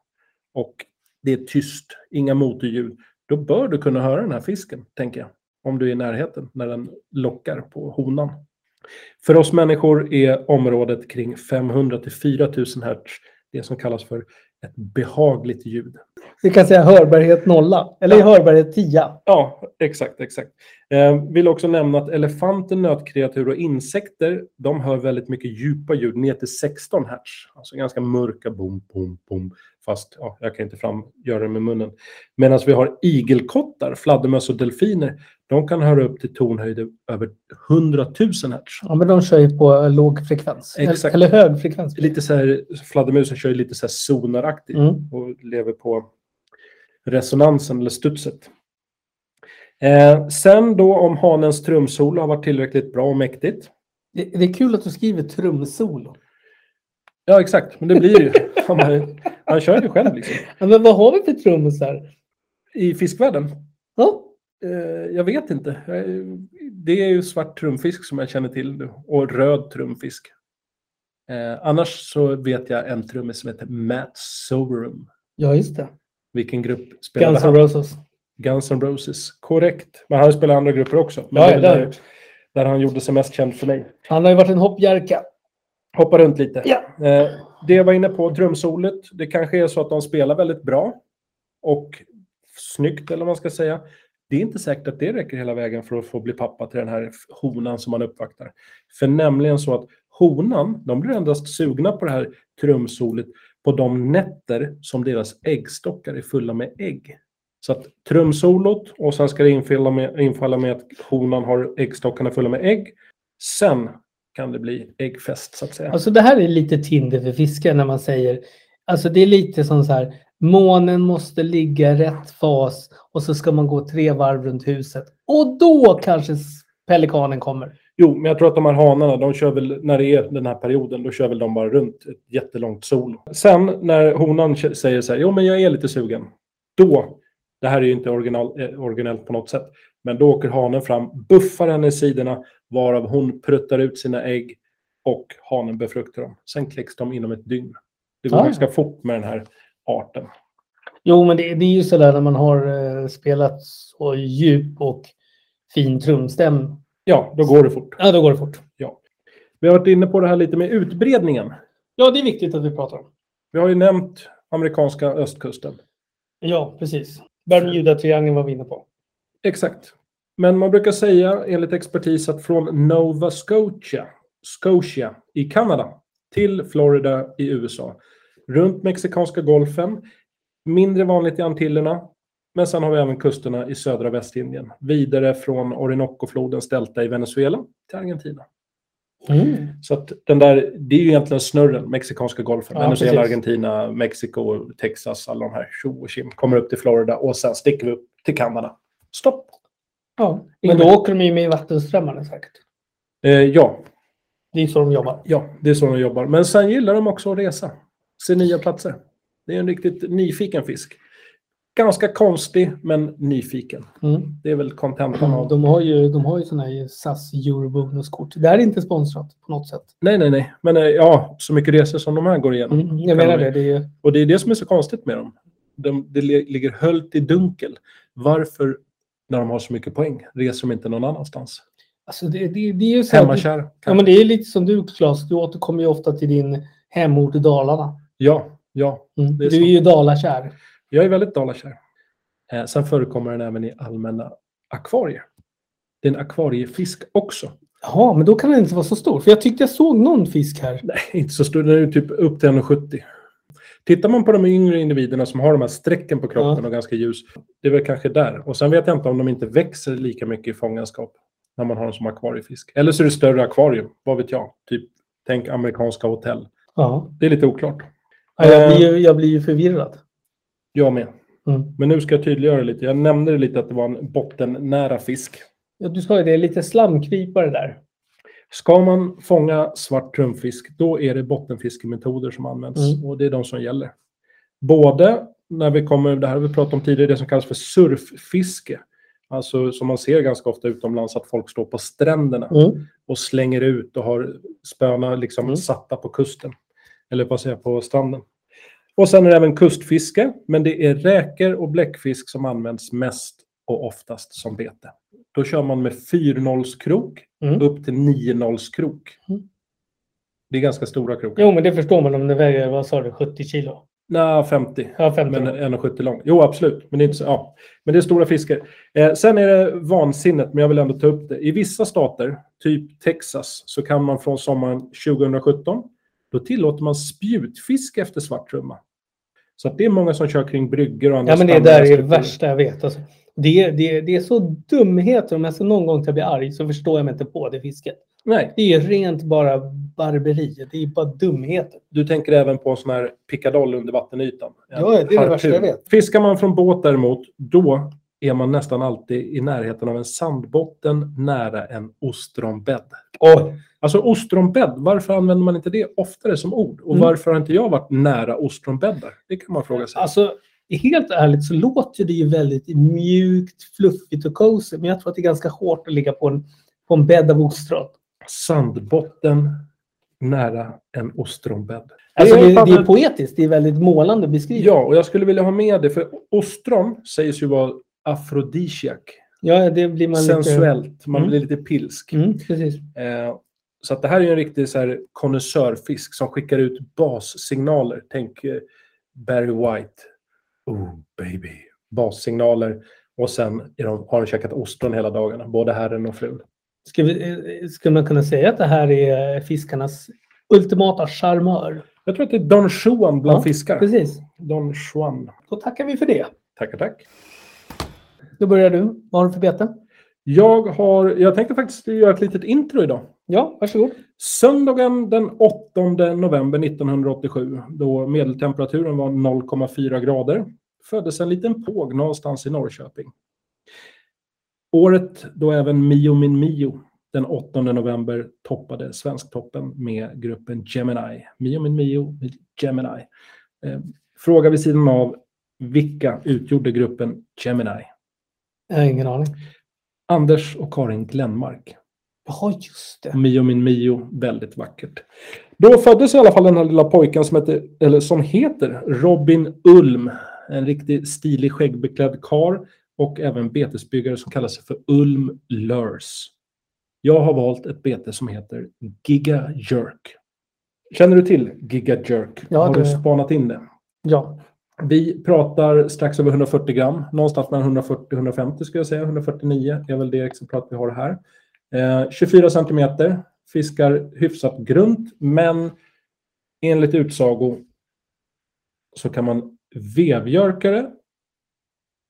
S3: och det är tyst, inga motorljud, då bör du kunna höra den här fisken, tänker jag. Om du är i närheten när den lockar på honan. För oss människor är området kring 500 till 4000 hertz det som kallas för ett behagligt ljud.
S2: Vi kan säga hörbarhet nolla, eller
S3: Ja.
S2: hörbarhet tia.
S3: Ja, exakt, exakt. Eh, vill också nämna att elefanter, nötkreatur och insekter, de hör väldigt mycket djupa ljud, ner till 16 hertz. Alltså ganska mörka, bom, bom, bom. Fast ja, jag kan inte fram, göra det med munnen. Medan vi har igelkottar, fladdermöss och delfiner, de kan höra upp till tonhöjder över 100 000 hertz.
S2: Ja, men de kör ju på eh, låg frekvens.
S3: Exakt.
S2: Eller hög frekvens.
S3: Lite så här, fladdermusen kör ju lite så här sonaraktigt.
S2: Mm.
S3: och lever på resonansen eller studset. Eh, sen då om hanens trumsolo har varit tillräckligt bra och mäktigt.
S2: Det, det är kul att du skriver trumsolo.
S3: Ja, exakt. Men det blir ju. Han, har- han kör ju själv liksom.
S2: Ja, men vad har vi för trummisar?
S3: I fiskvärlden?
S2: Ja,
S3: Eh, jag vet inte. Eh, Det är ju svart trumfisk som jag känner till nu, och röd trumfisk. Eh, annars så vet jag en trummis som heter Matt Sorum.
S2: ja just det.
S3: Vilken grupp spelade
S2: Guns N'
S3: han?
S2: Roses.
S3: Guns N' Roses, korrekt. Men han spelar i andra grupper också. Men
S2: Ja,
S3: det är
S2: ja,
S3: väl
S2: där.
S3: där, där han gjorde sig mest känd för mig.
S2: Han har ju varit en hoppjerka.
S3: Hoppa runt lite.
S2: Ja.
S3: Eh, det jag var inne på, trumsolet. Det kanske är så att de spelar väldigt bra och snyggt, eller vad man ska säga. Det är inte säkert att det räcker hela vägen för att få bli pappa till den här honan som man uppvaktar. För nämligen så att honan, de blir endast sugna på det här trumsolet på de nätter som deras äggstockar är fulla med ägg. Så att trumsolot och sen ska det infalla med, infalla med att honan har äggstockarna fulla med ägg. Sen kan det bli äggfest så att säga.
S2: Alltså det här är lite Tinder för fiskar när man säger, alltså det är lite som så här, månen måste ligga i rätt fas och så ska man gå tre varv runt huset. Och då kanske s- pelikanen kommer.
S3: Jo, men jag tror att de här hanarna, de kör väl, när det är den här perioden, då kör väl de bara runt ett jättelångt solo. Sen när honan k- säger så här, jo men jag är lite sugen. Då, det här är ju inte original, eh, originellt på något sätt, men då åker hanen fram, buffar henne i sidorna, varav hon pruttar ut sina ägg och hanen befruktar dem. Sen kläcks de inom ett dygn. Det går
S2: Ah.
S3: ganska fort med den här arten.
S2: Jo, men det, det är ju så där när man har eh, spelat så djup och fin trumstäm.
S3: Ja, då går det fort.
S2: Ja, då går det fort.
S3: Vi har varit inne på det här lite med utbredningen.
S2: Ja, det är viktigt att vi pratar om.
S3: Vi har ju nämnt amerikanska östkusten.
S2: Ja, precis. Bermuda-triangeln var vi inne på.
S3: Exakt. Men man brukar säga enligt expertis att från Nova Scotia, Scotia i Kanada till Florida i USA, runt Mexikanska golfen, mindre vanligt i Antillerna, men sen har vi även kusterna i södra Västindien, vidare från Orinoco-flodens delta i Venezuela till Argentina.
S2: Mm.
S3: Så att den där, det är ju egentligen snurren, mexikanska golfen.
S2: Ja,
S3: Venezuela,
S2: precis.
S3: Argentina, Mexiko, Texas, alla de här tjo och tjim. Kommer upp till Florida och sen sticker vi upp till Kanada. Stopp!
S2: Ja, men då åker de ju med i vattenströmmarna säkert.
S3: Eh, ja,
S2: Det är så de jobbar.
S3: ja, det är så de jobbar. Men sen gillar de också att resa. Se nya platser. Det är en riktigt nyfiken fisk. Ganska konstig, men nyfiken.
S2: Mm.
S3: Det är väl kontentan av...
S2: De har ju, de har ju sådana här SAS eurobonuskort. Det här är inte sponsrat på något sätt.
S3: Nej, nej, nej. Men eh, ja, så mycket resor som de här går igenom.
S2: Jag menar det. det är ju,
S3: Och det är det som är så konstigt med dem. De, det li- ligger höllt i dunkel. Varför, när de har så mycket poäng, reser de inte någon annanstans?
S2: Alltså det, det, det Mm. är ju så här-
S3: Hemmakär.
S2: ja, men det är lite som du Claes, du återkommer ju ofta till din hemort i Dalarna.
S3: ja, ja.
S2: Mm.
S3: Det är
S2: Du
S3: sant.
S2: är ju dalakär.
S3: Jag är väldigt dalakär. Eh, sen förekommer den även i allmänna akvarier. Det är en akvariefisk också.
S2: Jaha, men då kan den inte vara så stor. För jag tyckte jag såg någon fisk här.
S3: Nej, inte så stor. Den är ju typ upp till 1,70. Tittar man på de yngre individerna som har de här strecken på kroppen
S2: Ja.
S3: och ganska ljus, det är väl kanske där. Och sen vet jag inte om de inte växer lika mycket i fångenskap när man har dem som akvariefisk. Eller så är det större akvarium, vad vet jag. Typ, tänk amerikanska hotell.
S2: Ja. Eh.
S3: Det är lite oklart.
S2: Ja, Jag blir ju, jag blir ju förvirrad.
S3: Jag med.
S2: Mm.
S3: Men nu ska jag tydliggöra lite. Jag nämnde det lite att det var en bottennära fisk.
S2: Ja, du sa ju det, lite slamkrypare där.
S3: Ska man fånga svart trumfisk, då är det bottenfiskemetoder som används.
S2: Mm.
S3: Och det är de som gäller. Både när vi kommer, det här har vi pratat om tidigare, det som kallas för surffiske. Alltså som man ser ganska ofta utomlands, att folk står på stränderna
S2: Mm.
S3: och slänger ut och har spöna liksom
S2: Mm.
S3: satta på kusten. Eller vad säger jag, på stranden. Och sen är det även kustfiske, men det är räkor och bläckfisk som används mest och oftast som bete. Då kör man med 4-0 krok
S2: Mm.
S3: upp till 9-0 krok.
S2: Mm.
S3: Det är ganska stora krokar.
S2: Jo, men det förstår man om det väger, vad sa du, 70 kilo?
S3: Nej, 50.
S2: Ja, 50.
S3: Men 1,70 lång. Jo, absolut. Men det är, inte så, ja. men det är stora fiskar. Eh, sen är det vansinnet, men jag vill ändå ta upp det. I vissa stater, typ Texas, så kan man från sommaren 2017, då tillåter man spjutfisk efter svarttrumma. Så att det är många som kör kring bryggor och andra
S2: ja, men det
S3: strandnära
S2: där är det
S3: strukturer.
S2: värsta jag vet. Alltså, det, det, det är så dumheter. Om jag så någon gång ska bli arg så förstår jag mig inte på det fisket.
S3: Nej,
S2: Det är ju rent bara barberi. Det är bara dumheter.
S3: du tänker även på en sån här pickadoll under vattenytan. En
S2: Ja, det är det
S3: harpun.
S2: värsta jag vet.
S3: Fiskar man från båt däremot, då är man nästan alltid i närheten av en sandbotten nära en ostronbädd.
S2: Oj.
S3: Alltså ostronbädd, varför använder man inte det oftare som ord? Och
S2: Mm.
S3: varför har inte jag varit nära ostronbäddar? Det kan man fråga sig.
S2: Alltså, helt ärligt så låter det ju väldigt mjukt, fluffigt och cozy. Men jag tror att det är ganska hårt att ligga på en, på en bädd av ostron.
S3: Sandbotten nära en ostronbädd.
S2: Alltså,
S3: Det
S2: det,
S3: är
S2: det,
S3: fan-
S2: är poetiskt. Det är väldigt målande beskrivet.
S3: Ja, och jag skulle vilja ha med det, för ostron sägs ju vara afrodisiak.
S2: Ja, det blir man
S3: Sensuellt, man
S2: Mm.
S3: blir lite pilsk.
S2: lite... Mm, precis.
S3: Eh, så att det här är ju en riktig så här konnässörfisk som skickar ut bassignaler. Tänk eh, Barry White. Oh baby. Bassignaler. Och sen är de, har de käkat ostron hela dagarna, både herren och frun.
S2: Ska, vi, eh, ska man kunna säga att det här är fiskarnas ultimata charmör?
S3: Jag tror att det är Don Juan bland
S2: Ja,
S3: fiskar.
S2: Precis.
S3: Don Juan.
S2: Då tackar vi för det.
S3: Tackar, tack.
S2: Då börjar du. Vad har du för bete?
S3: Jag, har, jag tänkte faktiskt göra ett litet intro idag.
S2: Ja, varsågod.
S3: Söndagen den 8 november 1987, då medeltemperaturen var 0,4 grader, föddes en liten påg någonstans i Norrköping. Året då även Mio min Mio den 8 november toppade Svensktoppen med gruppen Gemini. Mio min Mio med Gemini. Eh, Fråga vid sidan av, vilka utgjorde gruppen Gemini?
S2: Jag har ingen aning.
S3: Anders och Karin Glenmark.
S2: Ja, just det.
S3: Mio min Mio, väldigt vackert. Då föddes i alla fall den här lilla pojken som heter, eller som heter Robin Ulm. En riktigt stilig skäggbeklädd karl och även betesbyggare som kallar sig för Ulm Lurs. Jag har valt ett bete som heter Giga Jerk. Känner du till Giga Jerk?
S2: Ja,
S3: har du
S2: det-
S3: spanat in det?
S2: Ja.
S3: Vi pratar strax över 140 gram, någonstans mellan 140-150 skulle jag säga. 149 är väl det exemplar vi har här. Eh, 24 centimeter, fiskar hyfsat grunt, men enligt utsago så kan man vevjörkare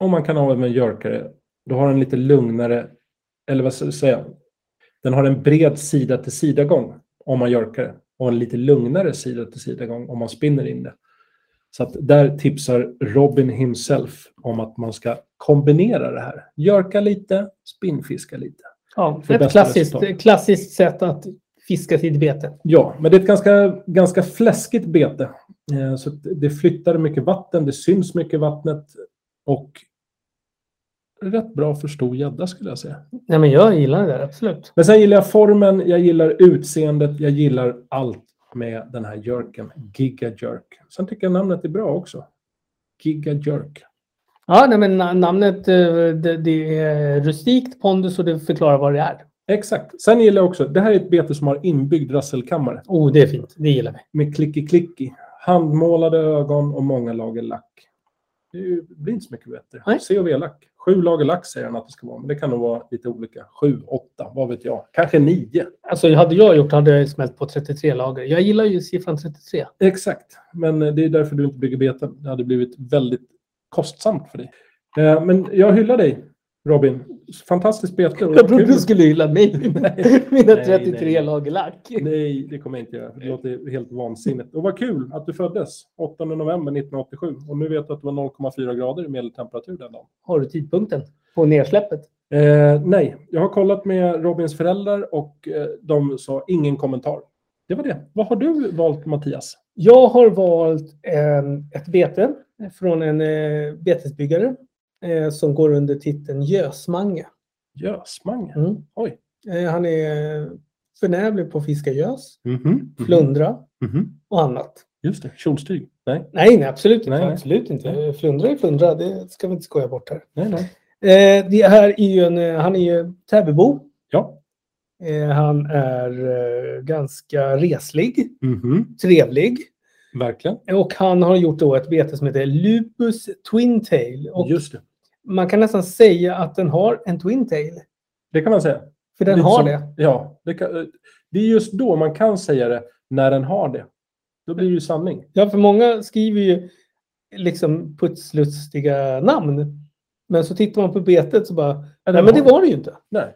S3: och man kan ha även jörkare. Då har den lite lugnare, eller vad ska jag säga, den har en bred sida till sidagång om man jörkar det och en lite lugnare sida till sidagång om man spinner in det. Så att där tipsar Robin himself om att man ska kombinera det här. Jörka lite, spinnfiska lite.
S2: ja
S3: För bästa
S2: ett klassiskt,
S3: resultat.
S2: klassiskt sätt att fiska sitt bete.
S3: Ja, men det är ett ganska, ganska fläskigt bete. Eh, Så att det flyttar mycket vatten, det syns mycket i vattnet och rätt bra för stor gädda skulle jag säga.
S2: Nej, men jag gillar det där, absolut.
S3: Men sen gillar jag formen, jag gillar utseendet, jag gillar allt med den här jerken. Giga jerk. Sen tycker jag namnet är bra också. Giga jerk.
S2: Ja, nej, men na- namnet eh, det, det är rustikt pondus och det förklarar vad det är.
S3: Exakt. Sen gillar jag också, det här är ett bete som har inbyggd rasselkammare
S2: Oh, det är fint. Det gillar vi.
S3: med klicki-klicki. Handmålade ögon och många lager lack. Det är ju- det blir inte så mycket bättre.
S2: Nej.
S3: COV-lack. Sju lager lack säger han att det ska vara, men det kan nog vara lite olika. Sju, åtta, vad vet jag. Kanske nio.
S2: Alltså, hade jag gjort hade jag ju smält på 33 lager. Jag gillar ju siffran 33.
S3: Exakt, men eh, det är därför du inte bygger beten. Det hade blivit väldigt kostsamt för dig. Eh, Men jag hyllar dig, Robin. Fantastiskt bete. och
S2: Jag trodde
S3: kul.
S2: du skulle gilla mig. Mina, mina
S3: Nej,
S2: 33
S3: nej.
S2: lager lack.
S3: Nej, det kommer jag inte göra. Det låter helt vansinnigt. Och vad kul att du föddes 8 november 1987. Och nu vet du att det var 0,4 grader i medeltemperatur den dagen.
S2: Har du tidpunkten på nedsläppet?
S3: Eh, nej, jag har kollat med Robins föräldrar och eh, de sa ingen kommentar. Det var det. Vad har du valt, Mattias?
S2: Jag har valt en, ett bete från en eh, betesbyggare eh, som går under titeln gösmange.
S3: Gösmange.
S2: Mm.
S3: Oj.
S2: Eh, han är förnämlig på att fiska gös, flundra
S3: Mhm.
S2: och annat.
S3: Just det. Kjolstyg. Nej,
S2: Nej, nej absolut inte.
S3: Nej, nej.
S2: absolut inte. Flundra är flundra, det ska vi inte skoja bort här.
S3: nej, nej.
S2: Eh, det här är ju en, eh, han är ju Täbybo.
S3: Ja.
S2: Eh, han är eh, ganska reslig, Mm-hmm.
S3: Mhm.
S2: trevlig.
S3: Verkligen.
S2: Och han har gjort då ett bete som heter Lupus Twintail. Och
S3: Just det.
S2: man kan nästan säga att den har en Twintail.
S3: Det kan man säga.
S2: För den
S3: Lite
S2: har
S3: som-
S2: det.
S3: Ja, det, kan, det är just då man kan säga det, när den har det. Då blir det ju sanning.
S2: Ja, för många skriver ju liksom putslustiga namn. Men så tittar man på betet så bara, nej men det var det ju inte.
S3: Nej.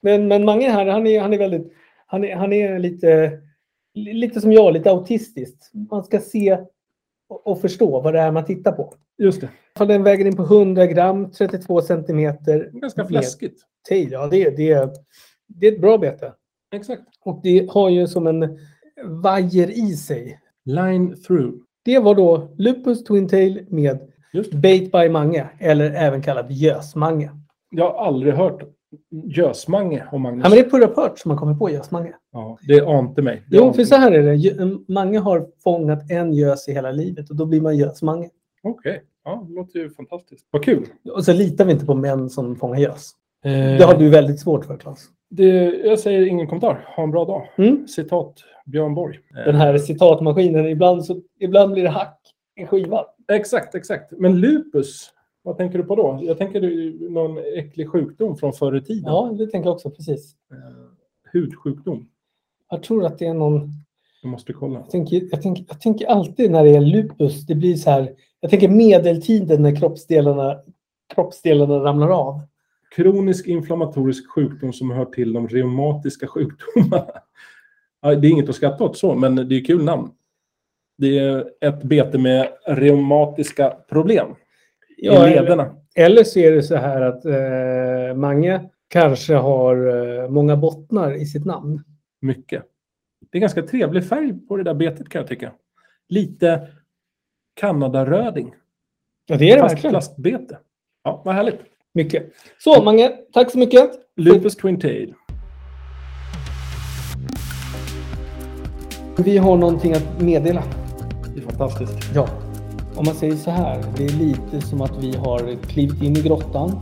S2: Men, men Mange här, han är, han är väldigt, han är, han är lite, lite som jag, lite autistiskt. Man ska se och, och förstå vad det är man tittar på.
S3: Just det.
S2: För Den väger in på 100 gram, 32 centimeter.
S3: Ganska
S2: Med-
S3: fläskigt.
S2: Tail, ja det, det, det är ett bra bete.
S3: Exakt.
S2: Och det har ju som en vajer i sig.
S3: Line through.
S2: Det var då Lupus Twintail med
S3: Just det.
S2: Bait by Mange, eller även kallad gösmange.
S3: Jag har aldrig hört gösmange om Magnus.
S2: Ja, men det är Purra Perch som har kommit på gösmange.
S3: Ja, det ante mig. Det
S2: Jo,
S3: ante
S2: för
S3: mig.
S2: så här är det. Gö- Mange har fångat en gös i hela livet och då blir man gösmange.
S3: Okej. Ja, det låter ju fantastiskt. Vad kul.
S2: Och så litar vi inte på män som fångar gös. Det har du väldigt svårt för, Claes.
S3: Det- jag säger ingen kommentar. Ha en bra dag.
S2: Mm?
S3: Citat Björn Borg. Eh,
S2: Den här citatmaskinen, ibland, så, ibland blir det hack i skivan.
S3: Exakt, exakt. Men lupus, vad tänker du på då? Jag tänker det är ju någon äcklig sjukdom från förr i tiden.
S2: Ja, det tänker jag också. Precis.
S3: Eh, Hudsjukdom.
S2: Jag tror att det är någon
S3: Jag måste kolla.
S2: Jag tänker, jag, tänker, jag tänker alltid när det är lupus, det blir så här, jag tänker medeltiden när kroppsdelarna, kroppsdelarna ramlar av.
S3: Kronisk inflammatorisk sjukdom som hör till de reumatiska sjukdomarna. Ja, Det är inget att skratta åt så, men det är kul namn. Det är ett bete med reumatiska problem i
S2: eller,
S3: lederna.
S2: eller så är det så här att eh, Mange kanske har eh, många bottnar i sitt namn.
S3: Mycket. Det är ganska trevlig färg på det där betet kan jag tycka. Lite Kanadaröding.
S2: Ja, det är det
S3: Fast
S2: verkligen.
S3: plastbete. Ja, vad härligt.
S2: Mycket. Så Mange, tack så mycket.
S3: Lupus Twin Tail.
S2: Vi har någonting att meddela.
S3: Det är fantastiskt.
S2: Ja. Om man säger så här, det är lite som att vi har klivit in i grottan.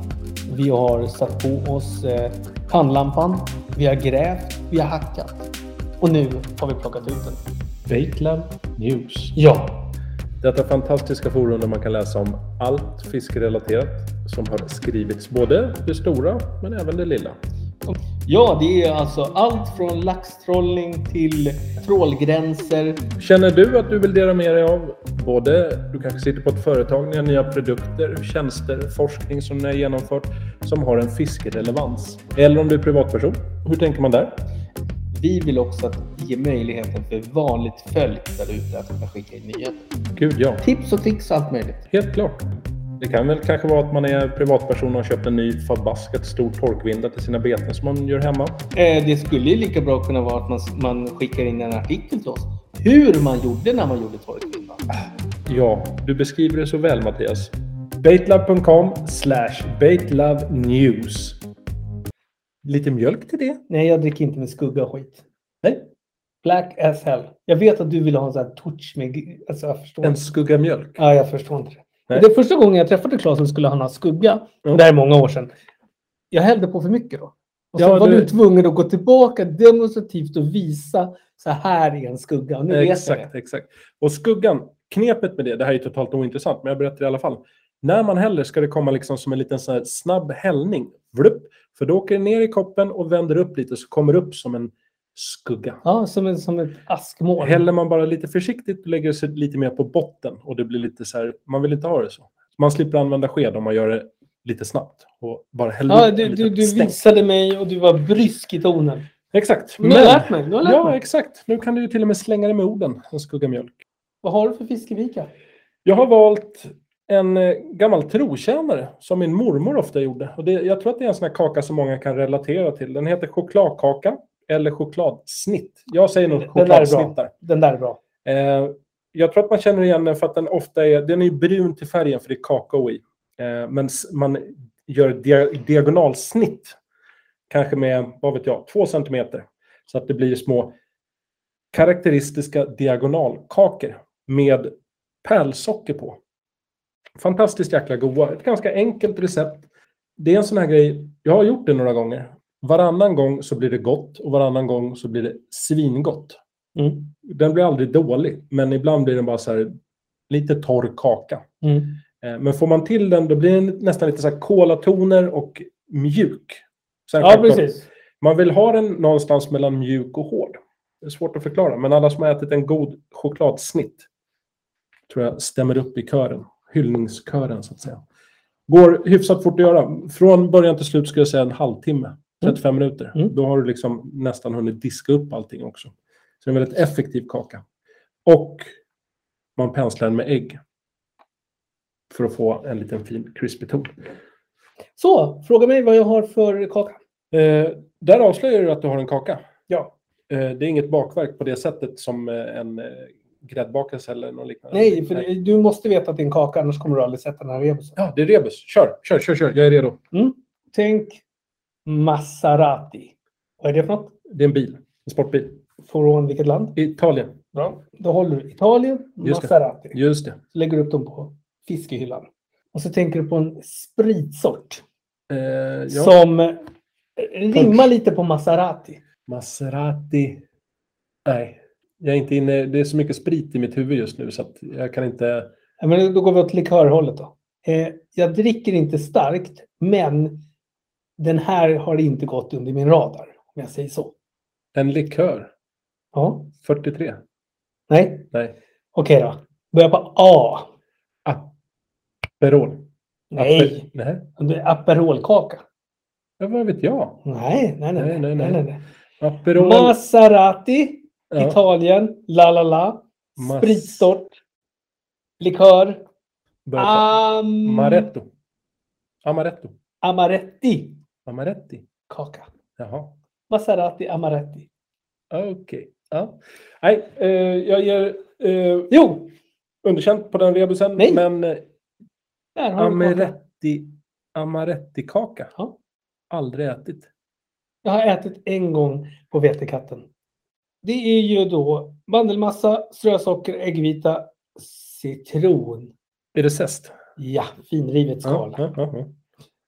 S2: Vi har satt på oss eh, pannlampan, vi har grävt, vi har hackat. Och nu har vi plockat ut den.
S3: Batelab News.
S2: Ja.
S3: Detta fantastiska forum där man kan läsa om allt fiskerelaterat som har skrivits, både det stora men även det lilla.
S2: Ja, det är alltså allt från laxtrollning till trålgränser.
S3: Känner du att du vill dela med dig av både, du kanske sitter på ett företag, ni har nya produkter, tjänster, forskning som ni har genomfört som har en fiskerelevans? Eller om du är privatperson, hur tänker man där?
S2: Vi vill också att ge möjligheten för vanligt folk där ute att kunna skicka in nyheter.
S3: Gud ja,
S2: Tips och tricks och allt möjligt.
S3: helt klart. Det kan väl kanske vara att man är privatperson och har köpt en ny förbaskat stor torkvinda till sina beten som man gör hemma.
S2: Eh, Det skulle ju lika bra kunna vara att man, man skickar in en artikel till oss. Hur man gjorde när man gjorde torkbindan.
S3: Ja, du beskriver det så väl Mattias. Baitlab.com slash baitlovenews. Lite mjölk till det.
S2: Nej, jag dricker inte med skugga och skit.
S3: Nej,
S2: Black as hell. Jag vet att du vill ha en sån här touch med... g- Alltså, jag förstår
S3: en
S2: inte.
S3: skugga mjölk.
S2: Ja, jag förstår inte det.
S3: Nej.
S2: Det är första gången jag träffade Claes som skulle han ha skugga.
S3: Mm.
S2: Det här är många år sedan. Jag hällde på för mycket då. Och så
S3: Ja,
S2: var
S3: det-
S2: du tvungen att gå tillbaka demonstrativt och visa så här är en skugga. Och nu vet jag det.
S3: Exakt, exakt. Och skuggan, knepet med det, det här är totalt ointressant, men jag berättar i alla fall. När man häller ska det komma liksom som en liten sån här snabb hällning. Vlupp, för då åker det ner i koppen och vänder upp lite så kommer det upp som en skugga.
S2: Ja, som, en, som ett askmoln.
S3: Häller man bara lite försiktigt och lägger sig lite mer på botten och det blir lite så här, man vill inte ha det så. Man slipper använda sked om man gör det lite snabbt och bara häller
S2: Ja,
S3: upp
S2: du,
S3: en
S2: du,
S3: liten
S2: du
S3: stänk.
S2: visade mig och du var brysk i tonen.
S3: Exakt.
S2: Men jag har lärt mig. Du har lärt
S3: ja,
S2: mig.
S3: exakt. Nu kan du ju till och med slänga det med orden, en skugga mjölk.
S2: Vad har du för fiskevika?
S3: Jag har valt en eh, gammal trotjänare som min mormor ofta gjorde. Och det, jag tror att det är en sån här kaka som många kan relatera till. Den heter chokladkaka eller chokladsnitt. Jag säger nog
S2: Den där är bra.
S3: chokladsnitt där.
S2: Den där är bra.
S3: Eh, jag tror att man känner igen den för att den ofta är, den är ju brun till färgen för det är kakao i. Eh, men s- man gör dia, diagonalsnitt. Kanske med, vad vet jag, två centimeter. Så att det blir små karaktäristiska diagonalkakor med pärlsocker på. Fantastiskt jäkla goda. Ett ganska enkelt recept. Det är en sån här grej, jag har gjort det några gånger. Varannan gång så blir det gott och varannan gång så blir det svingott
S2: Mm.
S3: den blir aldrig dålig, men ibland blir den bara så här lite torr kaka.
S2: Mm.
S3: Eh, Men får man till den, då blir den nästan lite så här kolatoner och mjuk. Sen
S2: Ja,
S3: självklart,
S2: precis.
S3: Man vill ha den någonstans mellan mjuk och hård. Det är svårt att förklara, men alla som har ätit en god chokladsnitt tror jag stämmer upp i kören. Hyllningskören, så att säga. Går hyfsat fort att göra. Från början till slut skulle jag säga en halvtimme. 35 minuter.
S2: Mm.
S3: Då har du liksom nästan hunnit diska upp allting också. Så det är en väldigt effektiv kaka. Och man penslar den med ägg. För att få en liten fin crispy ton.
S2: Så, fråga mig vad jag har för kaka.
S3: Eh, där avslöjar du att du har en kaka.
S2: Ja.
S3: Eh, det är inget bakverk på det sättet som eh, en eh, gräddbakelse eller något liknande.
S2: Nej, för du måste veta att det är en kaka, annars kommer du aldrig sätta den här rebusen.
S3: Ja, det är rebus. Kör, kör, kör, kör. Jag är redo.
S2: Tänk Maserati. Vad är det för något?
S3: Det är en bil. En sportbil.
S2: Från vilket land?
S3: Italien.
S2: Bra. Då håller du Italien,
S3: Just det.
S2: Maserati.
S3: Just det.
S2: Så lägger du upp dem på fiskehyllan. Och så tänker du på en spritsort
S3: Eh, ja.
S2: som eh, rimmar lite på Maserati.
S3: Maserati. Nej, jag är inte inne. Det är så mycket sprit i mitt huvud just nu så att jag kan inte.
S2: Ja, Men då går vi åt likörhållet då. Eh, jag dricker inte starkt, men den här har inte gått under min radar. Om jag säger så.
S3: En likör.
S2: Ja.
S3: 43.
S2: Nej,
S3: Nej.
S2: okej då. Börja på A.
S3: Aperol.
S2: Nej,
S3: Aper- Nej.
S2: det är aperolkaka.
S3: Ja, vad vet jag?
S2: Nej, nej, nej.
S3: Nej, nej,
S2: nej,
S3: nej.
S2: nej, nej, nej.
S3: Aperol.
S2: Maserati,
S3: Ja.
S2: Italien, la la la.
S3: Mas-
S2: Spritsort. Likör.
S3: Börja på-
S2: Am...
S3: Amaretto. Amaretto.
S2: Amaretti.
S3: Amaretti.
S2: Kaka.
S3: Jaha.
S2: Maserati Amaretti.
S3: Okej. Ja. Nej, eh, jag ger eh,
S2: Jo,
S3: underkänt på den rebusen.
S2: Nej.
S3: Men eh,
S2: där har du kaka.
S3: amaretti, amarettikaka.
S2: Ja.
S3: Aldrig ätit.
S2: Jag har ätit en gång på vetekatten. Det är ju då mandelmassa, strösocker, äggvita, citron.
S3: Är det zest?
S2: Ja, finrivet skal.
S3: Ja, ja, ja.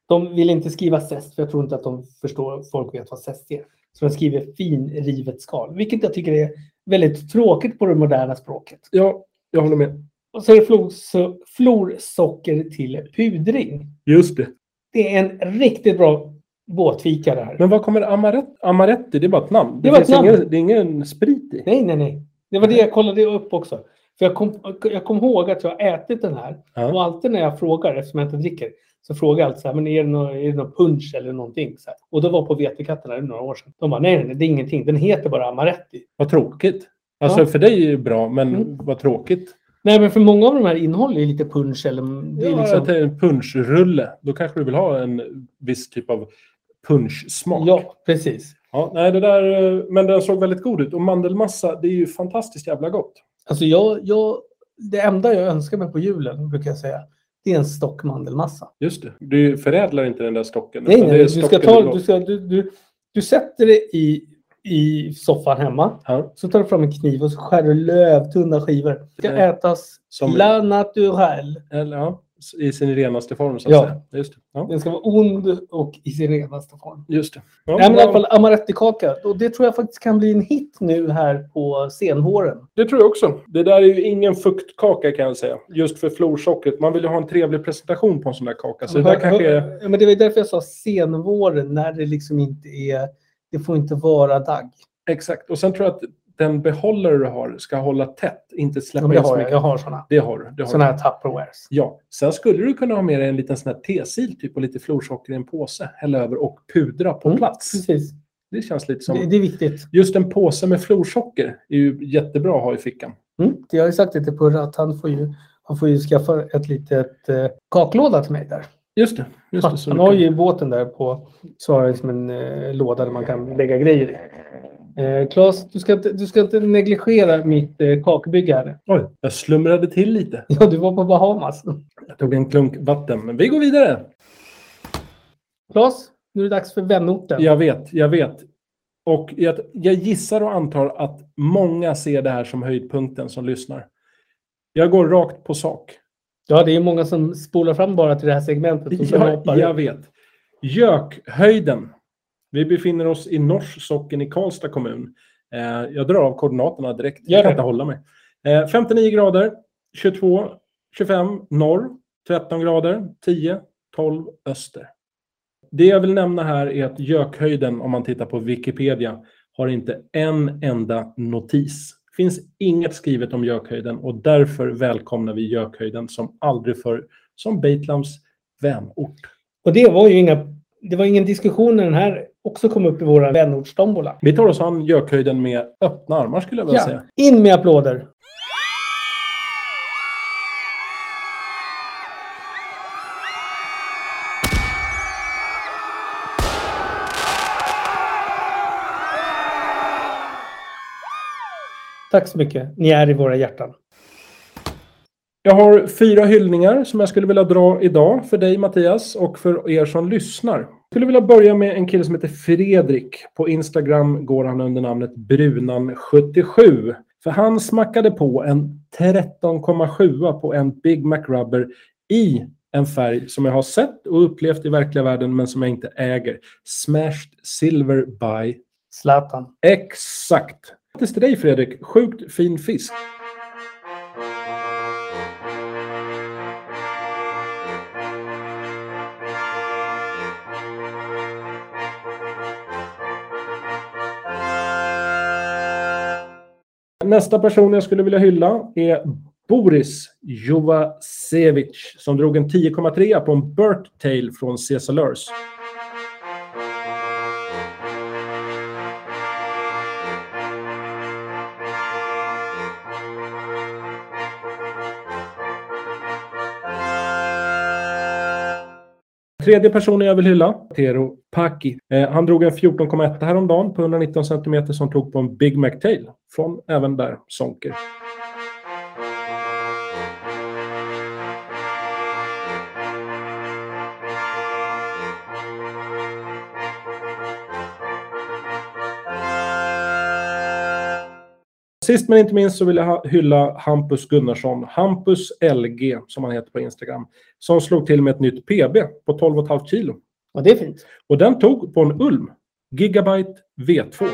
S2: De vill inte skriva zest, för jag tror inte att de förstår, folk vet vad zest är. Så de skriver finrivet skal, vilket jag tycker är väldigt tråkigt på det moderna språket.
S3: ja, jag håller med.
S2: Och så är det flor- florsocker till pudring.
S3: Just det.
S2: Det är en riktigt bra båtfika det här.
S3: Men vad kommer amaret, amaretti? Det är bara ett namn.
S2: Det var ett
S3: finns
S2: namn.
S3: Ingen, det är ingen sprit i.
S2: Nej, nej, nej. Det var det jag kollade upp också. För jag kom, jag kom ihåg att jag har ätit den här.
S3: Ja.
S2: Och alltid när jag frågar, eftersom jag inte dricker, så frågar jag alltid så här, men är det någon, är det någon punch eller någonting? Så här. Och då var på vetekatten här några år sedan. De bara, nej, nej, det är ingenting. Den heter bara Amaretti.
S3: Vad tråkigt. Alltså
S2: Ja.
S3: för dig är det ju bra, men
S2: Mm.
S3: vad tråkigt.
S2: Nej, men för många av de här innehåller ju lite punch eller... Det
S3: Det
S2: är
S3: är
S2: liksom,
S3: en punschrulle. Då kanske du vill ha en viss typ av punschsmak.
S2: ja, precis.
S3: Ja, nej, det där, eh, men den såg väldigt god ut. Och mandelmassa, det är ju fantastiskt jävla gott.
S2: Alltså jag, jag, det enda jag önskar mig på julen, brukar jag säga, det är en stock mandelmassa.
S3: Just det. Du förädlar inte den där stocken.
S2: Nej,
S3: utan
S2: nej,
S3: det är
S2: du ska
S3: stocken
S2: ta,
S3: låter.
S2: du, ska, du, du, du sätter det i, i soffan hemma.
S3: Ja,
S2: Så tar du fram en kniv och så skär du lövtunna skivor. Det ska
S3: Nej.
S2: ätas
S3: Som-
S2: la naturelle.
S3: eller, ja, i sin renaste form så att
S2: Ja.
S3: säga. Just det. Ja,
S2: Den ska vara ond och i sin renaste form.
S3: just det. Ja,
S2: Nej, men i alla
S3: bra.
S2: fall amarettikaka. Och det tror jag faktiskt kan bli en hit nu här på senvåren.
S3: Det tror jag också. Det där är ju ingen fuktkaka kan jag säga. Just för florsockret. Man vill ju ha en trevlig presentation på en sån där kaka. Så Alltså, det där
S2: Hör-
S3: kanske är...
S2: hör- Men det var ju därför jag sa senvåren, när det liksom inte är... Det får inte vara dagg.
S3: Exakt. Och sen tror jag att den behållare du har ska hålla tätt. Inte
S2: Ja,
S3: släppa
S2: men det
S3: in så
S2: har jag.
S3: mycket.
S2: Jag har sådana.
S3: Det har du. Det har
S2: Sådana
S3: du.
S2: här Tupperwares.
S3: Ja. Sen skulle du kunna ha med dig en liten sån här tesil typ och lite florsocker i en påse. Hälla över och pudra på
S2: Mm,
S3: plats.
S2: Precis.
S3: Det känns lite som...
S2: Det, det är viktigt.
S3: Just en påse med florsocker är ju jättebra att ha i fickan.
S2: Mm. Jag har ju sagt det till Purra att han får ju, han får ju skaffa ett litet eh, kaklåda till mig där.
S3: Just det. Just det så
S2: han
S3: du
S2: har
S3: kan-
S2: ju båten där på, så har han liksom en eh, låda där man kan lägga grejer i. Eh, Claes, du ska, inte, du ska inte negligera mitt eh, kakbygge här.
S3: Oj, jag slumrade till lite.
S2: Ja, du var på Bahamas.
S3: Jag tog en klunk vatten. Men vi går vidare.
S2: Claes, nu är det dags för vänorten.
S3: Jag vet, jag vet. Och jag, jag gissar och antar att många ser det här som höjdpunkten som lyssnar. Jag går rakt på sak.
S2: Ja, det är många som spolar fram bara till det här segmentet och sen
S3: Jag,
S2: hoppar.
S3: jag vet. Gökhöjden. Vi befinner oss i Nors socken i Karlstad kommun. Eh, jag drar av koordinaterna direkt.
S2: Gör
S3: Jag kan
S2: det.
S3: inte hålla mig. Eh, 59 grader, 22, 25 norr, 13 grader, 10, 12 öster. Det jag vill nämna här är att gökhöjden, om man tittar på Wikipedia, har inte en enda notis. finns inget skrivet om gökhöjden och därför välkomnar vi gökhöjden som aldrig förr som Beitlams vänort.
S2: Och det var ju inga, det var ingen diskussion när den här också kom upp i våra vänortstombola.
S3: Vi tar oss an gökhöjden med öppna armar skulle jag vilja
S2: Ja,
S3: säga.
S2: in med applåder! Tack så mycket. Ni är i våra hjärtan.
S3: Jag har fyra hyllningar som jag skulle vilja dra idag för dig Mattias och för er som lyssnar. Jag skulle vilja börja med en kille som heter Fredrik. På Instagram går han under namnet Brunan77. För han smackade på en 13,7 på en Big Mac Rubber i en färg som jag har sett och upplevt i verkliga världen men som jag inte äger. Smashed Silver by
S2: Zlatan.
S3: Exakt. Grattis till dig Fredrik. Sjukt fin fisk. Nästa person jag skulle vilja hylla är Boris Jovasevic som drog en 10,3 på en Burt Tail från Cesalörs. Tredje personen jag vill hylla, Tero Paki. Eh, han drog en 14,1 häromdagen på 119 cm som tog på en Big Mac Tail från även där Sonker. Sist men inte minst så vill jag ha- hylla Hampus Gunnarsson, Hampus LG som han heter på Instagram, som slog till med ett nytt PB på 12,5 kilo.
S2: Och det är fint.
S3: Och den tog på en Ulm Gigabyte V2.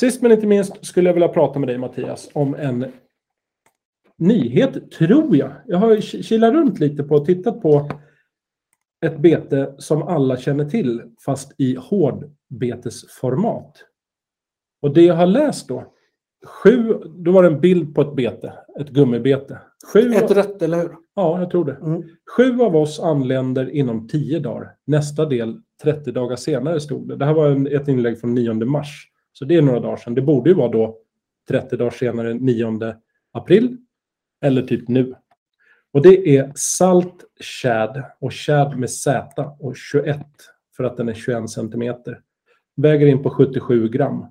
S3: Sist men inte minst skulle jag vilja prata med dig Mattias om en nyhet, tror jag. Jag har ju ki- kilat runt lite på och tittat på ett bete som alla känner till, fast i hårdbetesformat. Och det jag har läst då, sju, då var det en bild på ett bete, ett gummibete. Sju,
S2: rött, eller hur?
S3: ja, jag tror det.
S2: Mm.
S3: Sju av oss anländer inom tio dagar. Nästa del 30 dagar senare stod det. Det här var en, ett inlägg från 9 mars. Så det är några dagar sedan. Det borde ju vara då 30 dagar senare, 9 april. Eller typ nu. Och det är salt shad och shad med Z och 21 för att den är 21 centimeter. Väger in på 77 gram.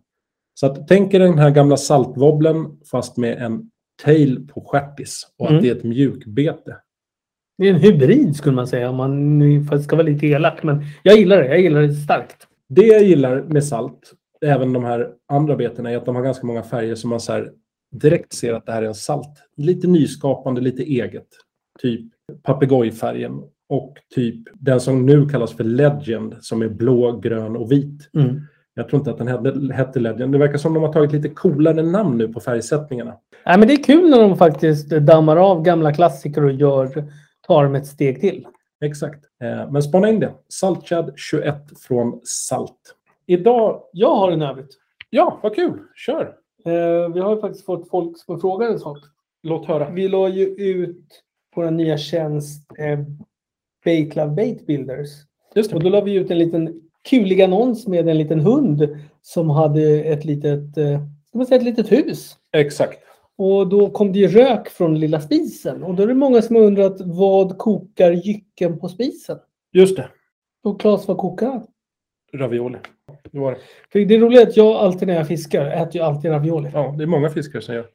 S3: Så att, tänk er den här gamla saltwobblen fast med en tail på stjärtis och att
S2: Mm.
S3: det är ett mjukbete.
S2: Det är en hybrid skulle man säga om man nu fast ska vara lite elak. Men jag gillar det. Jag gillar det starkt.
S3: Det jag gillar med salt, även de här andra betorna, är att de har ganska många färger som man så här direkt ser att det här är en salt. Lite nyskapande, lite eget. Typ papegojfärgen och typ den som nu kallas för Legend som är blå, grön och vit.
S2: Mm.
S3: Jag tror inte att den hette, hette Legend. Det verkar som de har tagit lite coolare namn nu på färgsättningarna.
S2: Nej, men det är kul när de faktiskt dammar av gamla klassiker och gör, tar dem ett steg till.
S3: Exakt. Eh, men spana in det. Saltchad 21 från Salt. Idag,
S2: Jag har en övrigt.
S3: ja, vad kul. Kör.
S2: Eh, vi har ju faktiskt fått folk som frågar en sak.
S3: Låt höra.
S2: Vi la ju ut vår nya tjänst eh, Bait Love Bait Builders.
S3: Just
S2: Och
S3: det.
S2: då la vi ut en liten kulig annons med en liten hund som hade ett litet, eh, ska man säga ett litet hus.
S3: Exakt.
S2: Och då kom det ju rök från lilla spisen. Och då är det många som har undrat vad kokar jycken på spisen?
S3: Just det.
S2: Och Claes, vad kokar han?
S3: Ravioli. Det var det.
S2: För det roliga är att jag alltid när jag fiskar äter jag alltid ravioli.
S3: Ja, det är många fiskare som gör.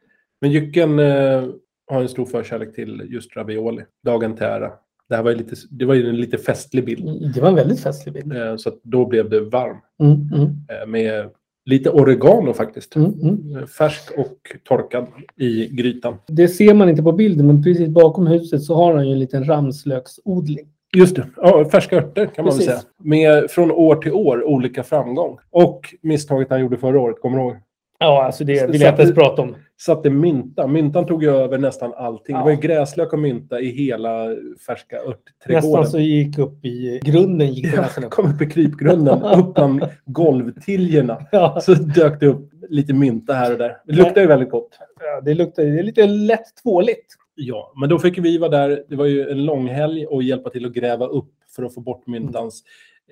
S3: Men jycken eh, har en stor förkärlek till just ravioli. Dagen till ära. Det här var ju, lite, det var ju en lite festlig bild.
S2: Mm, Det var en väldigt festlig bild.
S3: Eh, så att då blev det varm.
S2: Mm, mm,
S3: Eh, med lite oregano faktiskt.
S2: mm, mm.
S3: Eh, Färsk och torkad i grytan.
S2: Det ser man inte på bilden, men precis bakom huset så har han ju en liten ramslöksodling.
S3: Just det. Ja, färska örter kan man
S2: Precis.
S3: väl säga. Med, från år till år olika framgång. Och misstaget han gjorde förra året, kommer du ihåg?
S2: Ja, alltså det
S3: vill jag inte ens
S2: prata om.
S3: Satte mynta. Myntan tog ju över nästan allting.
S2: Ja.
S3: Det var ju gräslök och mynta i hela färska örtträdgården.
S2: Nästan så gick upp i grunden. Gick det nästan
S3: Jag
S2: upp.
S3: kom upp i krypgrunden, upp bland golvtiljorna.
S2: Ja,
S3: Så dök det upp lite mynta här och där. Det luktar ju väldigt gott.
S2: det luktar det är lite lätt tvåligt.
S3: Ja, men då fick vi vara där. Det var ju en lång helg och hjälpa till att gräva upp för att få bort myntans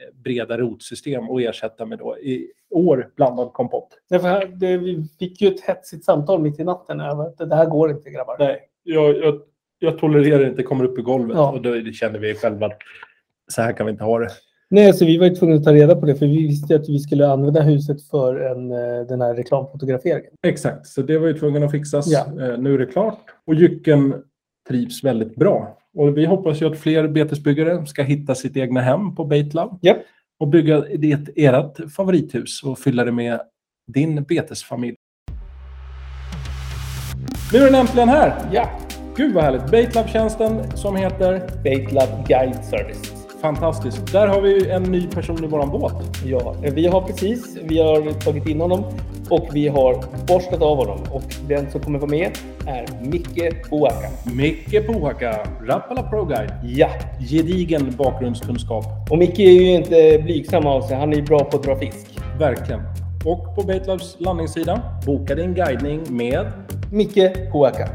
S3: eh, breda rotsystem och ersätta med då i år blandad kompott.
S2: Därför här, det, vi fick ju ett hetsigt samtal mitt i natten över att det här går inte grabbar.
S3: Nej, jag, jag, jag tolererar inte kommer upp i golvet
S2: Ja.
S3: och då det känner vi själva att så här kan vi inte ha det.
S2: Nej, så vi var ju tvungna att ta reda på det för vi visste ju att vi skulle använda huset för en, eh, den här reklamfotograferingen.
S3: Exakt, så det var ju tvungen att fixas.
S2: Ja.
S3: Eh, nu är det klart. Och Jycken trivs väldigt bra. Och vi hoppas ju att fler betesbyggare ska hitta sitt egna hem på Baitlab.
S2: Japp.
S3: Och bygga det, ert favorithus och fylla det med din betesfamilj. Nu är den äntligen här!
S2: Ja,
S3: Gud vad härligt! Baitlab-tjänsten som heter
S2: Baitlab Guide Service.
S3: Fantastiskt. Där har vi ju en ny person i våran båt.
S2: Ja, vi har precis, vi har tagit in honom och vi har borstat av honom och den som kommer vara med är Micke Boaka.
S3: Micke Pohaka, Rappala Pro Guide.
S2: Ja,
S3: Gedigen bakgrundskunskap.
S2: och Micke är ju inte blygsam av sig, han är ju bra på att dra fisk.
S3: Verkligen. Och på Baitlabs landningssida, boka din guidning med...
S2: Micke Hoaka.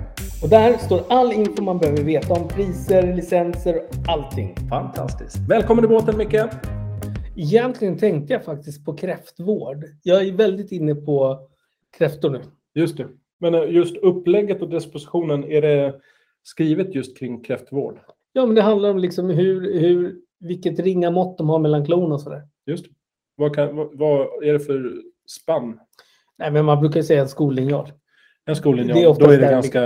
S2: Och där står all info man behöver veta om priser, licenser, allting.
S3: Fantastiskt. Välkommen i båten Micke!
S2: Egentligen tänkte jag faktiskt på kräftvård. Jag är väldigt inne på kräftor nu.
S3: Just det. Men eh, just upplägget och dispositionen, är det skrivet just kring kräftvård?
S2: Ja, men det handlar om liksom hur, hur, vilket ringa mått de har mellan klon och sådär.
S3: Just det. Vad, kan, vad, vad är det för spann?
S2: Nej, men man brukar ju säga en skollinjal.
S3: En
S2: Det är
S3: skollinjal,
S2: oftast
S3: då är det
S2: där
S3: ganska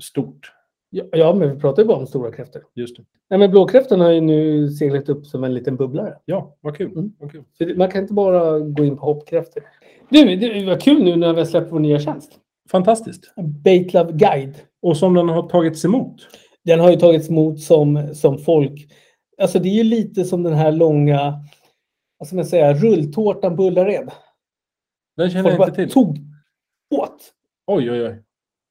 S3: stort.
S2: Ja, ja, men vi pratar ju bara om stora kräftor.
S3: Just det.
S2: Nej, men blåkräftan har ju nu seglat upp som en liten bubblare.
S3: Ja, vad kul.
S2: Mm.
S3: Vad kul.
S2: Så det- man kan inte bara gå in på hoppkräftor. Du, det var kul nu när vi har släppt vår nya tjänst.
S3: Fantastiskt.
S2: Baitlove Guide.
S3: Och som den har tagits emot.
S2: den har ju tagits emot som, som folk. Alltså det är ju lite som den här långa, vad ska man säga, rulltårtan på Ullared.
S3: Den känner
S2: Folk
S3: jag
S2: bara
S3: inte till.
S2: tog åt.
S3: Oj, oj, oj.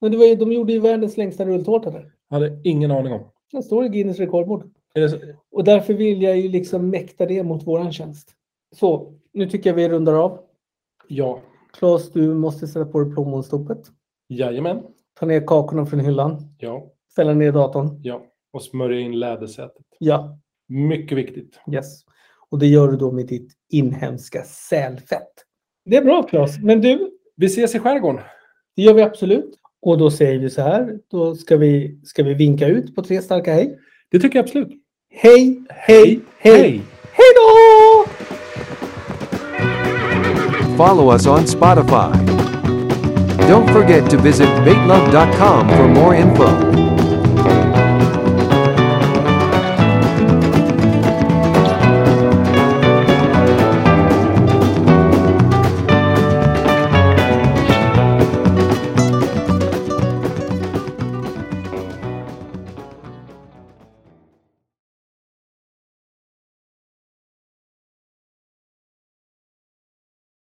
S2: Men det var ju, de gjorde ju världens längsta rulltårta där.
S3: Hade ingen aning om.
S2: Den står i Guinness rekordbok.
S3: Är det så?
S2: Och därför vill jag ju liksom mäkta det mot våran tjänst. Så, nu tycker jag vi rundar av.
S3: Ja.
S2: Claes, du måste sätta på dig plommonstoppet.
S3: Jajamän.
S2: Ta ner kakorna från hyllan.
S3: Ja.
S2: Ställa ner datorn.
S3: Ja, och smörja in lädersätet.
S2: Ja,
S3: Mycket viktigt.
S2: Yes. Och det gör du då med ditt inhemska sälfett. Det är bra Claes. Men du,
S3: Vi ses i skärgården.
S2: det gör vi absolut. Och då säger vi så här, då ska vi, ska vi vinka ut på tre starka hej.
S3: Det tycker jag absolut.
S2: Hej, hej, hej. Hej då!
S1: Follow us on Spotify. Don't forget to visit baitlove.com for more info.